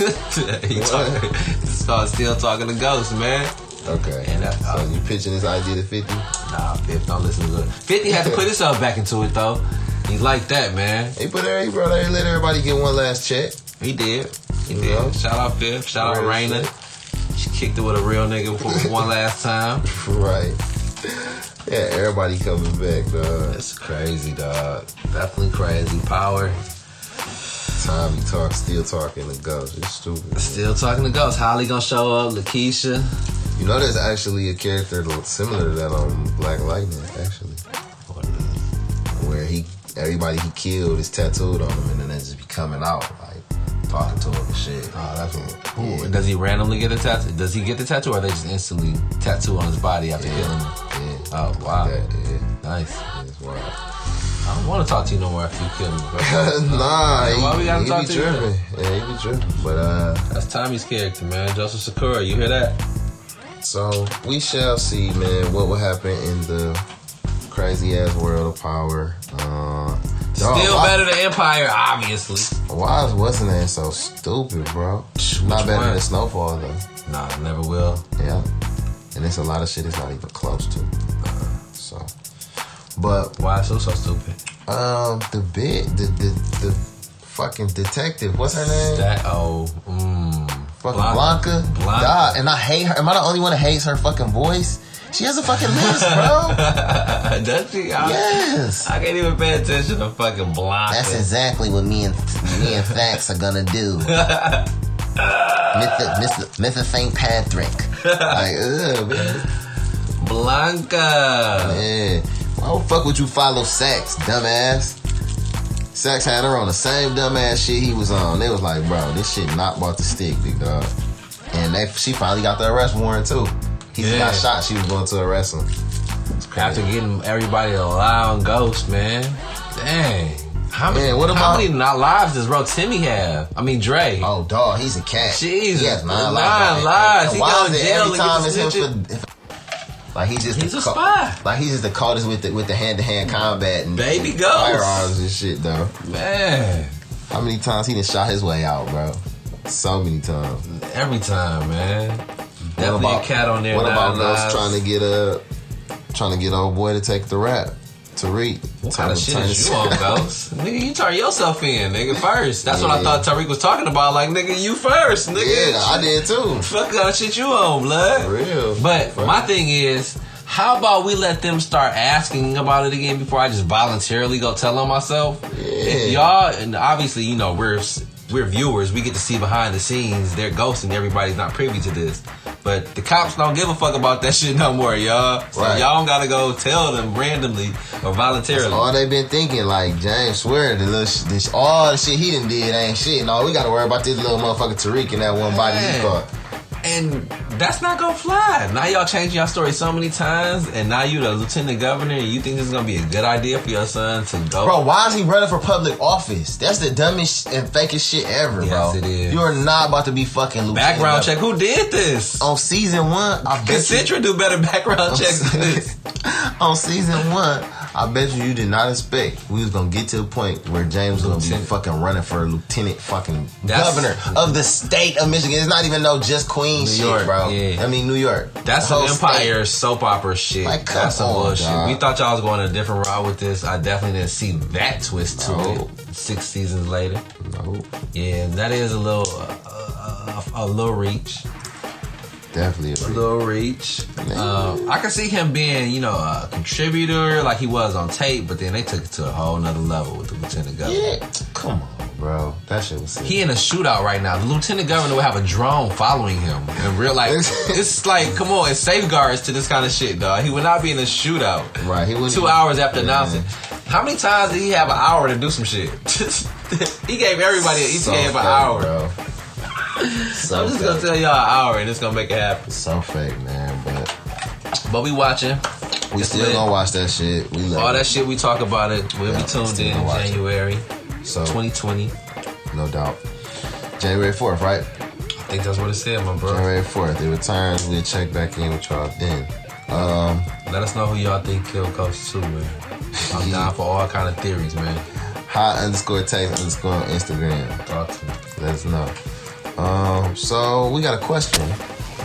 F: he
E: What?
F: talk, it's called Still Talking to Ghosts, man.
E: Okay.
F: And uh, that-
E: so you pitching this idea to 50?
F: Nah, Fifth, don't listen to it. Fifty had to put himself back into it though. He liked that, man.
E: He put every bro, they let everybody get one last check.
F: He did. He
E: You
F: did.
E: know?
F: Shout out Fifth. Shout out
E: Real
F: Raina. She kicked it with a real nigga for one last time.
E: Right. Yeah, everybody coming back, dog.
F: That's crazy, dog. Definitely crazy. Power.
E: Tommy talk, still talking to ghosts. It's stupid.
F: Still talking to ghosts. Holly gonna show up. Lakeisha.
E: You know, there's actually a character similar to that on Black Lightning, actually, where he everybody he killed is tattooed on him, and then they just be coming out like talking to him and shit.
F: Oh, that's what.
E: Yeah.
F: Ooh, Does he randomly get a tattoo? Does he get the tattoo, or they just instantly tattoo on his body after
E: Yeah.
F: killing him?
E: Yeah.
F: Oh wow,
E: That, yeah.
F: nice.
E: That's wild.
F: I don't want to talk to you no more after you kill me, bro.
E: nah,
F: Why
E: he,
F: we gotta
E: he
F: talk
E: be
F: to you?
E: tripping. Yeah, he be tripping. But uh.
F: That's Tommy's character, man. Joseph Sakura. You hear that?
E: So we shall see, man, what will happen in the crazy ass world of power. Uh, dog,
F: Still
E: why,
F: better than Empire, obviously.
E: Why is what's name so stupid, bro? Not better
F: one?
E: than Snowfall though.
F: Nah, never will.
E: Yeah, and it's a lot of shit it's not even close to. Uh, so, but
F: Why so so stupid?
E: um, the bit, the the the fucking detective, what's her name?
F: That oh, mm,
E: Fucking
F: Blanca.
E: Blanca.
F: Blanca.
E: Duh, and I hate her. Am I the only one that hates her fucking voice? She has a fucking lisp, bro.
F: Does she? I-
E: yes.
F: I can't even pay attention to fucking block.
E: That's exactly what me and me and Fax are gonna do. Mr. Mr. Mr. St. Patrick. Like, ugh, man.
F: Blanca.
E: Yeah. Why the fuck would you follow Sax, dumbass? Sax had her on the same dumbass shit he was on. They was like, bro, this shit not about to stick, big dog. And they, she finally got the arrest warrant too. He
F: Yeah.
E: got shot. She was going to arrest him.
F: After getting everybody to lie on Ghost, man. Dang. How many,
E: Man, what
F: how
E: about-
F: many not lives does Bro Timmy have? I mean, Dre.
E: Oh, dog, he's a cat.
F: Jesus,
E: he has
F: nine
E: nine lives.
F: lives.
E: And
F: He
E: why
F: go
E: is
F: to
E: it
F: jail
E: every
F: and
E: time
F: get
E: it's him for? Like he's just
F: He's
E: the
F: a spy.
E: Like he's just the coldest with the with the hand to hand combat and
F: Baby
E: and
F: ghost.
E: firearms and shit though.
F: Man.
E: How many times he done shot his way out, bro? So many times.
F: Every time, man. Definitely a cat on there.
E: What
F: nine
E: about
F: lives.
E: us trying to get a trying to get old boy to take the rap? Tariq.
F: What kind of shit is you
E: Turn-
F: on, Ghost? nigga, you turn yourself in, nigga, first. That's what I
E: Yeah.
F: thought Tariq was talking about. Like, nigga, you first, nigga.
E: Yeah, I did too.
F: Fuck kind of shit you on, blood.
E: For real.
F: But
E: For
F: my thing is, how about we let them start asking about it again before I just voluntarily go tell on myself? If
E: Yeah.
F: y'all, and obviously, you know, we're we're viewers. We get to see behind the scenes. They're ghosting. Everybody's not privy to this. But the cops don't give a fuck about that shit no more, y'all. So
E: Right.
F: y'all don't gotta go tell them randomly or voluntarily.
E: All they been thinking, like James swear, the little sh- this all the shit he done did ain't shit. No, we gotta worry about this little motherfucker Tariq and that one body he
F: Yeah.
E: caught.
F: And that's not gonna fly. Now y'all changing y'all story so many times, and now you the lieutenant governor, and you think this is gonna be a good idea for your son to go?
E: Bro, why is he running for public office? That's the dumbest and fakest shit ever, bro.
F: Yes, it is.
E: You are not about to be fucking lieutenant.
F: background
E: governor.
F: check. Who did this?
E: On season one, I bet you.
F: Considra do better background checks than this.
E: on season one, I bet you you did not expect we was gonna get to a point where James was gonna be
F: Lieutenant.
E: fucking running for lieutenant fucking
F: That's-
E: governor of the state of Michigan. It's not even no just Queens
F: New
E: shit,
F: York,
E: bro.
F: yeah.
E: I mean New York.
F: That's
E: The
F: some
E: whole
F: Empire soap opera shit.
E: Like, come
F: That's some
E: on,
F: bullshit.
E: dog.
F: We thought y'all was going a different route with this. I definitely didn't see that twist to
E: No.
F: it. Six seasons later.
E: state- No,
F: Yeah, that is a little, uh, uh, a little reach.
E: definitely. a-
F: Little reach. Um, I can see him being, you know, a contributor like he was on tape, but then they took it to a whole nother level with the lieutenant governor.
E: Yeah, come on, bro. That shit was sick.
F: He in a shootout right now. The lieutenant governor will have a drone following him in real life. it's like, come on, it's safeguards to this kind of shit, dog. He would not be in a shootout.
E: Right, he wouldn't
F: Two
E: even-
F: hours after
E: Yeah.
F: announcing. How many times did he have an hour to do some shit? he gave everybody each
E: So
F: gave an
E: fake,
F: hour.
E: bro. So
F: I'm just gonna
E: fake.
F: tell y'all an hour and it's gonna make it happen.
E: So fake, man. But
F: But we watching.
E: we
F: It's
E: still
F: lit.
E: gonna watch that shit. We love
F: All
E: it.
F: that shit we talk about it. We'll
E: Yeah,
F: be tuned
E: still
F: in
E: gonna watch it.
F: January
E: So
F: 2020.
E: no doubt. January fourth, right?
F: I think that's what it said, my bro.
E: January fourth. It returns. We'll check back in with y'all then. Um,
F: Let us know who y'all think killed Coach too, man. I'm down for all kind of theories, man.
E: high underscore taste underscore on Instagram.
F: Talk to me.
E: Let us know. Um, so we got a question,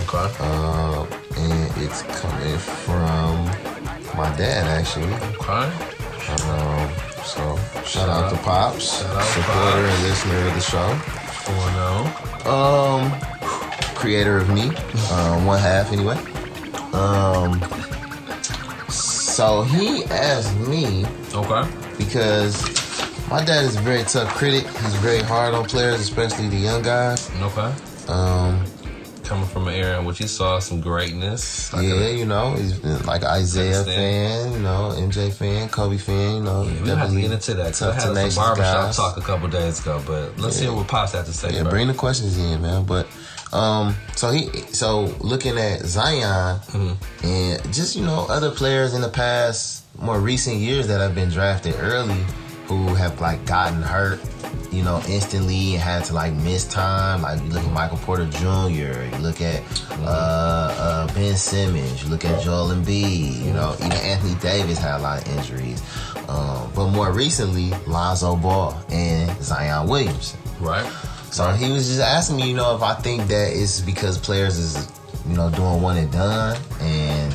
F: Okay.
E: uh, and it's coming from my dad actually.
F: Okay.
E: Um, so shout out to Pops,
F: Shout out
E: supporter
F: Pops.
E: and listener of the show.
F: 4 0.
E: um creator of me um one half anyway um so he asked me
F: Okay.
E: because my dad is a very tough critic he's very hard on players especially the young guys
F: Okay.
E: um
F: Coming from an era in which you saw some greatness. I
E: yeah
F: coulda-
E: you know he's been like isaiah
F: Understand.
E: fan you know mj fan kobe fan you know
F: We have to get into that. 'cause I had some
E: tenacious
F: barbershop
E: guys.
F: talk a couple days ago, but let's hear what Pops had to say.
E: Yeah,
F: bro.
E: bring the questions in, man. But um, so he, so looking at Zion and just you know other players in the past, more recent years that have been drafted early, who have like gotten hurt, you know, instantly and had to like miss time. Like you look at Michael Porter Jr., you look at uh, uh, Ben Simmons, you look at Joel Embiid, you know, even Anthony Davis had a lot of injuries. Um, but more recently, Lonzo Ball and Zion Williamson.
F: Right?
E: So he was just asking me, you know, if I think that it's because players is, you know, doing one and done and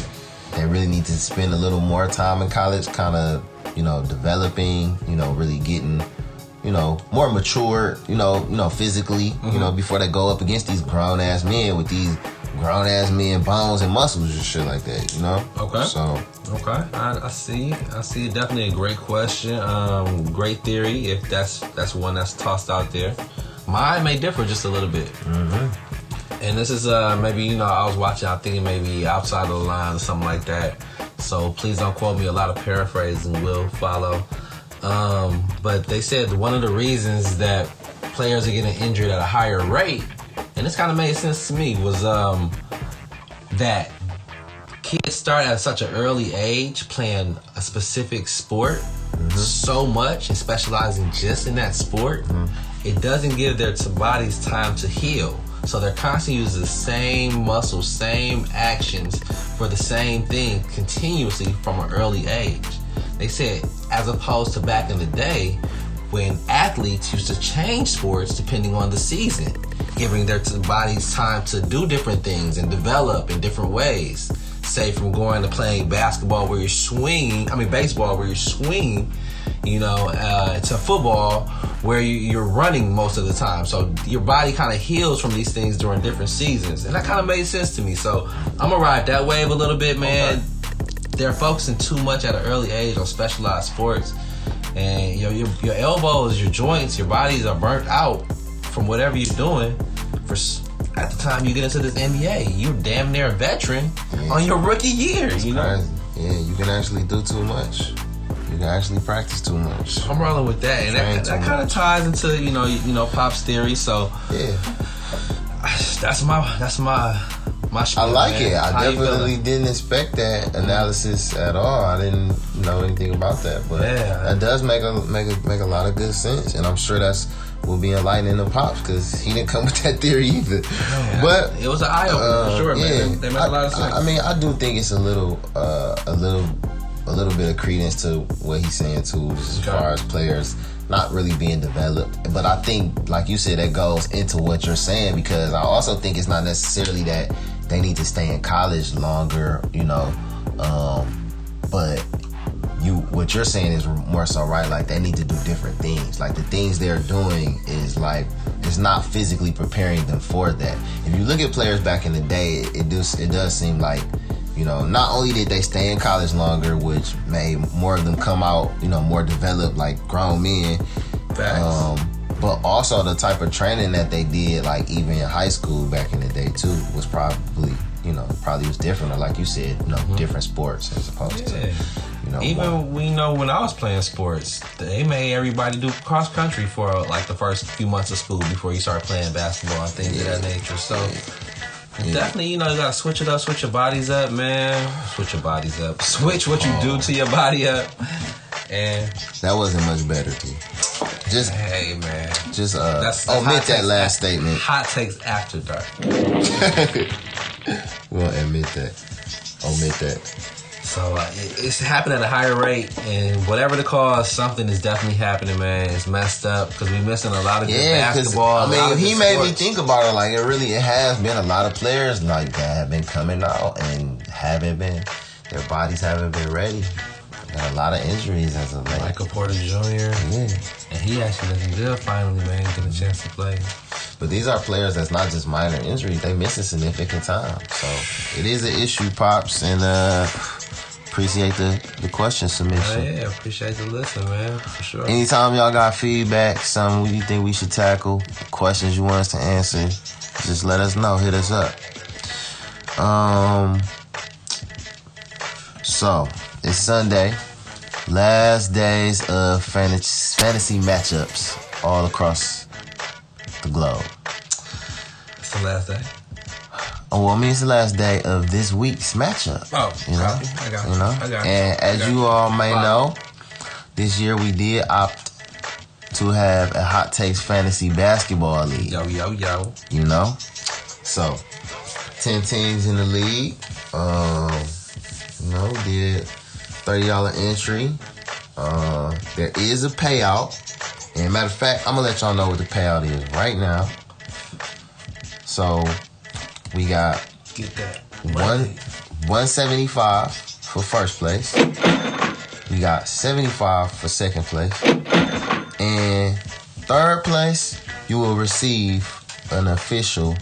E: they really need to spend a little more time in college, kind of, you know, developing, you know, really getting, you know, more mature, you know, you know, physically, you know, before they go up against these grown ass men with these grown ass men bones and muscles and shit like that, you know?
F: Okay.
E: So
F: Okay, I, I see. I see. Definitely a great question. Um, great theory. If that's that's one that's tossed out there, mine may differ just a little bit. Mm-hmm. And this is uh maybe you know I was watching. I think it may be outside of the line or something like that. So please don't quote me. A lot of paraphrasing will follow. Um, but they said one of the reasons that players are getting injured at a higher rate, and this kind of made sense to me, was um that kids start at such an early age playing a specific sport so much and specializing just in that sport, it doesn't give their t- bodies time to heal. So they're constantly using the same muscles, same actions for the same thing continuously from an early age. They said, as opposed to back in the day, when athletes used to change sports depending on the season, giving their t- bodies time to do different things and develop in different ways. Say from going to playing basketball where you're swinging, I mean baseball where you're swinging, you know, uh, to football where you, you're running most of the time. So your body kind of heals from these things during different seasons, and that kind of made sense to me. So I'm gonna ride that wave a little bit, man they're focusing too much at an early age on specialized sports, and your your, your elbows, your joints, your bodies are burnt out from whatever you're doing. For s- at the time you get into this NBA, you're damn near a veteran on your rookie year. You know,
E: guys, yeah, you can actually do too much. You can actually practice too much.
F: I'm rolling with that, and
E: Train
F: that,
E: too
F: that kind of
E: much.
F: ties into you know you, you know Pop's theory. So
E: Yeah.
F: that's my that's my my.
E: I
F: spiel,
E: like
F: man.
E: it. I
F: How you
E: definitely
F: feeling?
E: didn't expect that analysis at all. I didn't know anything about that, but
F: Yeah.
E: that does make a make a, make a lot of good sense, and I'm sure that's will be enlightening to pops because he didn't come with that theory either. But
F: it was an eye opener for
E: uh,
F: sure, man. They, they made
E: I,
F: a lot of
E: I-
F: sense.
E: I mean, I do think it's a little, uh, a little, a little bit of credence to what he's saying too, as
F: Okay.
E: far as players not really being developed. But I think, like you said, that goes into what you're saying because I also think it's not necessarily that they need to stay in college longer, you know. Um, but you what you're saying is more so right like they need to do different things like the things they're doing is like it's not physically preparing them for that if you look at players back in the day it, it does it does seem like you know not only did they stay in college longer which made more of them come out you know more developed like grown men
F: Facts.
E: um, but also the type of training that they did, like even in high school back in the day too, was probably you know probably was different. Or like you said, you know, different sports as opposed
F: Mm-hmm. Yeah.
E: to you know
F: Even we know when I was playing sports, they made everybody do cross country for like the first few months of school before you start playing basketball and things of that nature. So definitely, you know, you gotta switch it up, switch your bodies up, man. Switch your bodies up. Switch what you
E: Oh.
F: do to your body up. And
E: that wasn't much better. Too. Just
F: hey, man,
E: just uh,
F: That's- that's hot
E: omit that
F: takes.
E: last statement.
F: hot takes after dark.
E: we won't admit that. Omit that.
F: So uh, it- it's happening at a higher rate, and whatever the cause, something is definitely happening, man. It's messed up because we're missing a lot of good
E: Yeah, because
F: basketball.
E: I
F: a lot
E: mean,
F: of
E: he
F: good
E: made me
F: sports.
E: think about it. Like it really, it has been a lot of players like that have been coming out and haven't been, their bodies haven't been ready. Got a lot of injuries as of late.
F: Michael Porter Jr.
E: Yeah.
F: and he actually looking good finally, man, getting a chance to play.
E: But these are players that's not just minor injuries; they miss a significant time. So it is an issue, pops, and uh, appreciate the the question
F: Oh,
E: submission.
F: yeah, appreciate the listen, man, for sure.
E: Anytime y'all got feedback, something you think we should tackle, questions you want us to answer, just let us know. Hit us up. Um. So it's Sunday, last days of fantasy fantasy matchups all across the globe.
F: It's the last day.
E: Oh, well, I mean, it's the last day of this week's matchup.
F: Oh,
E: you know,
F: copy. I got
E: you know.
F: I got
E: and
F: I
E: as
F: got
E: you all may
F: Fine.
E: know, this year we did opt to have a hot takes fantasy basketball league.
F: Yo, yo, yo.
E: You know, so ten teams in the league. Um, you know, did thirty dollar entry. Uh, there is a payout. And matter of fact, I'm gonna let y'all know what the payout is right now. So we got
F: Get that.
E: one, 175 for first place. We got 75 for second place. And third place, you will receive an official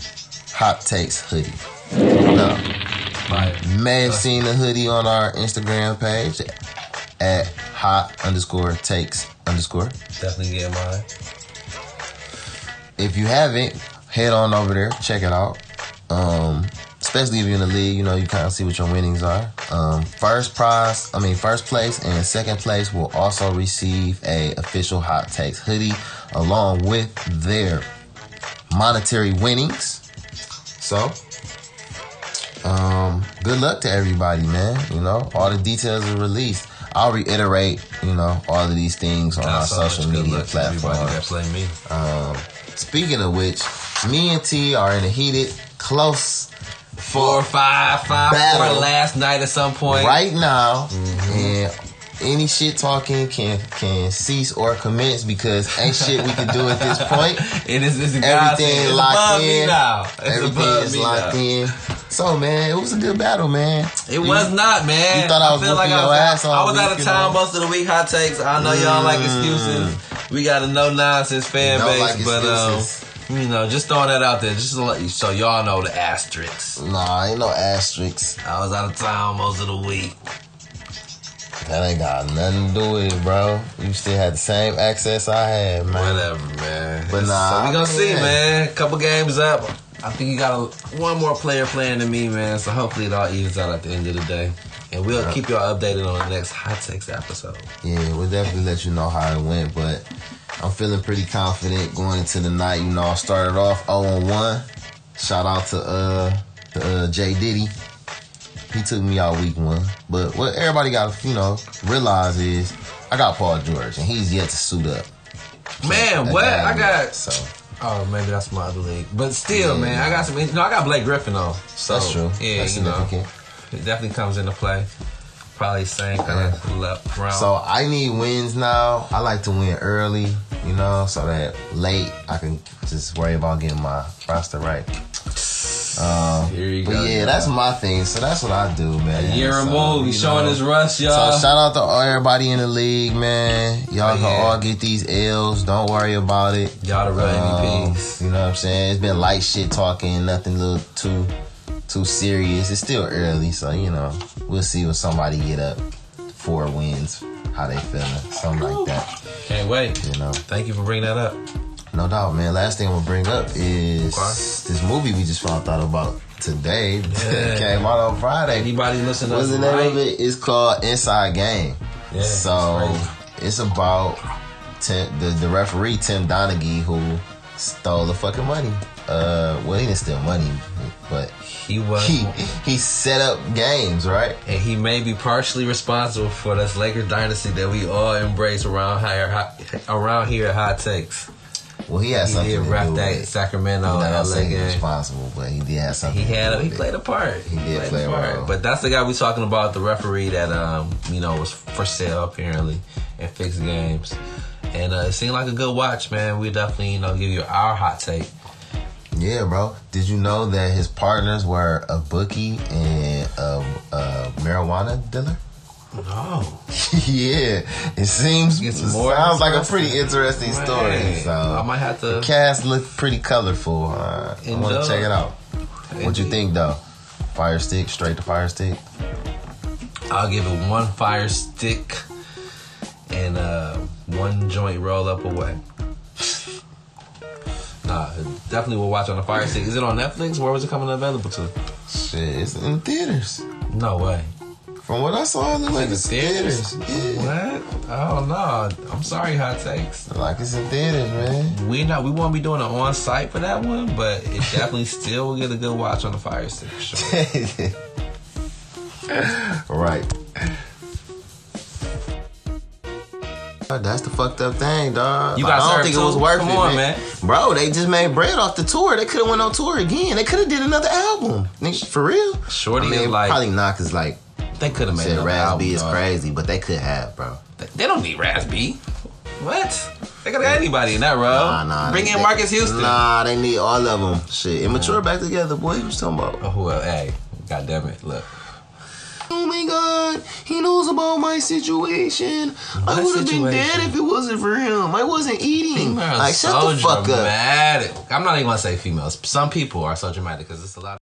E: Hot Takes hoodie. Now,
F: Fire.
E: may have seen the hoodie on our Instagram page at hot underscore takes underscore.
F: Definitely get mine.
E: if you haven't, head on over there, check it out. Um, especially if you're in the league, you know you kind of see what your winnings are. Um, first prize, I mean first place and second place will also receive a official hot takes hoodie along with their monetary winnings. So, um, good luck to everybody, man. You know, all the details are released. I'll reiterate, you know, all of these things on
F: Not
E: our
F: so much
E: Uh, social
F: good
E: media
F: luck to Everybody that play
E: platforms.
F: me.
E: Speaking of which, me and T are in a heated, close
F: Four, five, five,
E: Battle.
F: four last night at some point.
E: right now,
F: Mm-hmm.
E: and any shit talking can can cease or commence because ain't shit we can do at this point.
F: It is it's a godsend.
E: Everything
F: It's above
E: locked
F: me
E: in.
F: now. It's
E: Everything
F: above
E: is
F: me
E: locked
F: now.
E: in. So man, it was a good battle, man.
F: It was not, man.
E: you thought I was
F: feel like
E: whooping
F: I
E: your
F: was,
E: ass all
F: I was
E: week,
F: out of
E: you
F: town
E: know? Mm.
F: most of the week. Hot takes. I know y'all like excuses. We got a no nonsense fan
E: Don't
F: base,
E: like
F: but um,
E: excuses.
F: you know, just throwing that out there, just to let you, so y'all know the asterisks.
E: Nah, ain't no asterisks.
F: I was out of town most of the week.
E: That ain't got nothing to do with it, bro. You still had the same access I had, man.
F: Whatever, man.
E: But
F: It's-
E: nah,
F: so we gonna see,
E: yeah.
F: man. Couple games up. I think you got a, one more player playing than me, man. So hopefully it all evens out at the end of the day, and we'll keep y'all updated on the next hot takes episode.
E: Yeah, we'll definitely let you know how it went, but I'm feeling pretty confident going into the night. You know, I started off 0 1. oh Shout out to uh, to, uh J Diddy. He took me out week one. But what everybody got to you know realize is I got Paul George and he's yet to suit up.
F: Man, what? I
E: Um,
F: got.
E: so
F: Oh, maybe that's my other league. But still,
E: Yeah.
F: man, I got some. No, I got Blake Griffin though. So
E: that's true.
F: Yeah,
E: that's
F: you know,
E: significant.
F: it definitely comes into play. Probably same kind of left round.
E: So I need wins now. I like to win early, you know, so that late I can just worry about getting my roster right. Um,
F: here you
E: But
F: go.
E: yeah, that's my thing. So that's what I do, man.
F: year
E: so,
F: removed.
E: you
F: He's showing
E: know.
F: his rust, y'all.
E: So shout out to all- everybody in the league, man. Y'all
F: Oh,
E: can
F: yeah.
E: all get these L's. Don't worry about it.
F: Y'all the real
E: Um,
F: MVPs.
E: You know what I'm saying? It's been light shit talking, nothing little too too serious. It's still early, so you know we'll see when somebody get up four wins, how they feeling, something like that.
F: Can't wait.
E: You know,
F: Thank you for bringing that up.
E: no doubt, man. Last thing I'm gonna bring up is
F: Okay.
E: this movie we just found out about today.
F: Yeah.
E: Came out on Friday.
F: Anybody listening?
E: What's the name of it? It's called Inside Game.
F: Yeah,
E: so
F: it's
E: it's about Tim, the the referee Tim Donaghy who stole the fucking money. Uh, well, he didn't steal money, but
F: He was,
E: he he set up games, right?
F: and he may be partially responsible for this Lakers dynasty that we all embrace around higher, hi- around here at High Takes.
E: Well, he had
F: He
E: something
F: did
E: to
F: rap
E: do
F: that
E: with it.
F: Sacramento
E: I'm not
F: LA
E: saying he was
F: game.
E: responsible, but he did have
F: He
E: something.
F: had
E: to do
F: he
E: with
F: played a part.
E: He did
F: played
E: play a role.
F: But that's the guy we talking about, the referee that um you know was for sale apparently and fixed games. And uh, it seemed like a good watch, man. We definitely you know give you our hot take.
E: Yeah, bro. Did you know that his partners were a bookie and a, a marijuana dealer?
F: No,
E: yeah, it seems
F: It's
E: it
F: more
E: sounds like a
F: interesting.
E: pretty interesting
F: Man,
E: story. So
F: I might have to-
E: The cast look pretty colorful. Uh, I want
F: Indeed.
E: to check it out. What you think though? Fire stick, straight to fire stick.
F: I'll give it one fire stick and uh, one joint roll up away. nah, definitely will watch on the fire stick. Is it on Netflix? Where was it coming available to?
E: Shit, it's in theaters.
F: No way.
E: From what I saw, it looked like
F: in
E: it's
F: theaters?
E: theaters. Yeah,
F: What? Oh no! I'm sorry, hot takes.
E: like it's in theaters, man.
F: We not we won't be doing an on site for that one, but it definitely still will get a good watch on the fire stick. for Sure.
E: right. That's the fucked up thing, dog.
F: You
E: Like,
F: got
E: I don't
F: served
E: think
F: too?
E: it was worth
F: Come
E: it,
F: on,
E: man.
F: man.
E: Bro, they just made bread off the tour. They could have went on tour again. They could have did another album, nigga. For real.
F: Shorty
E: I
F: is
E: mean,
F: like-
E: probably not, cause like
F: They could have made
E: said,
F: another
E: Raz
F: album.
E: B is
F: dog.
E: crazy, but they could have, bro.
F: They- They don't need Raz B. What? They could have anybody in that role.
E: Nah, nah.
F: Bring
E: they-
F: in Marcus Houston.
E: Nah, they need all of them. Shit, immature back together, boy. What you talking about?
F: Oh, who else? Hey, God damn it! Look,
E: Oh my god, he knows about my situation. I
F: What
E: would have been dead
F: situation?
E: if it wasn't for him. I wasn't eating.
F: females
E: Like, shut
F: so
E: the fuck up.
F: dramatic. I'm not even gonna say females. Some people are so dramatic because it's a lot.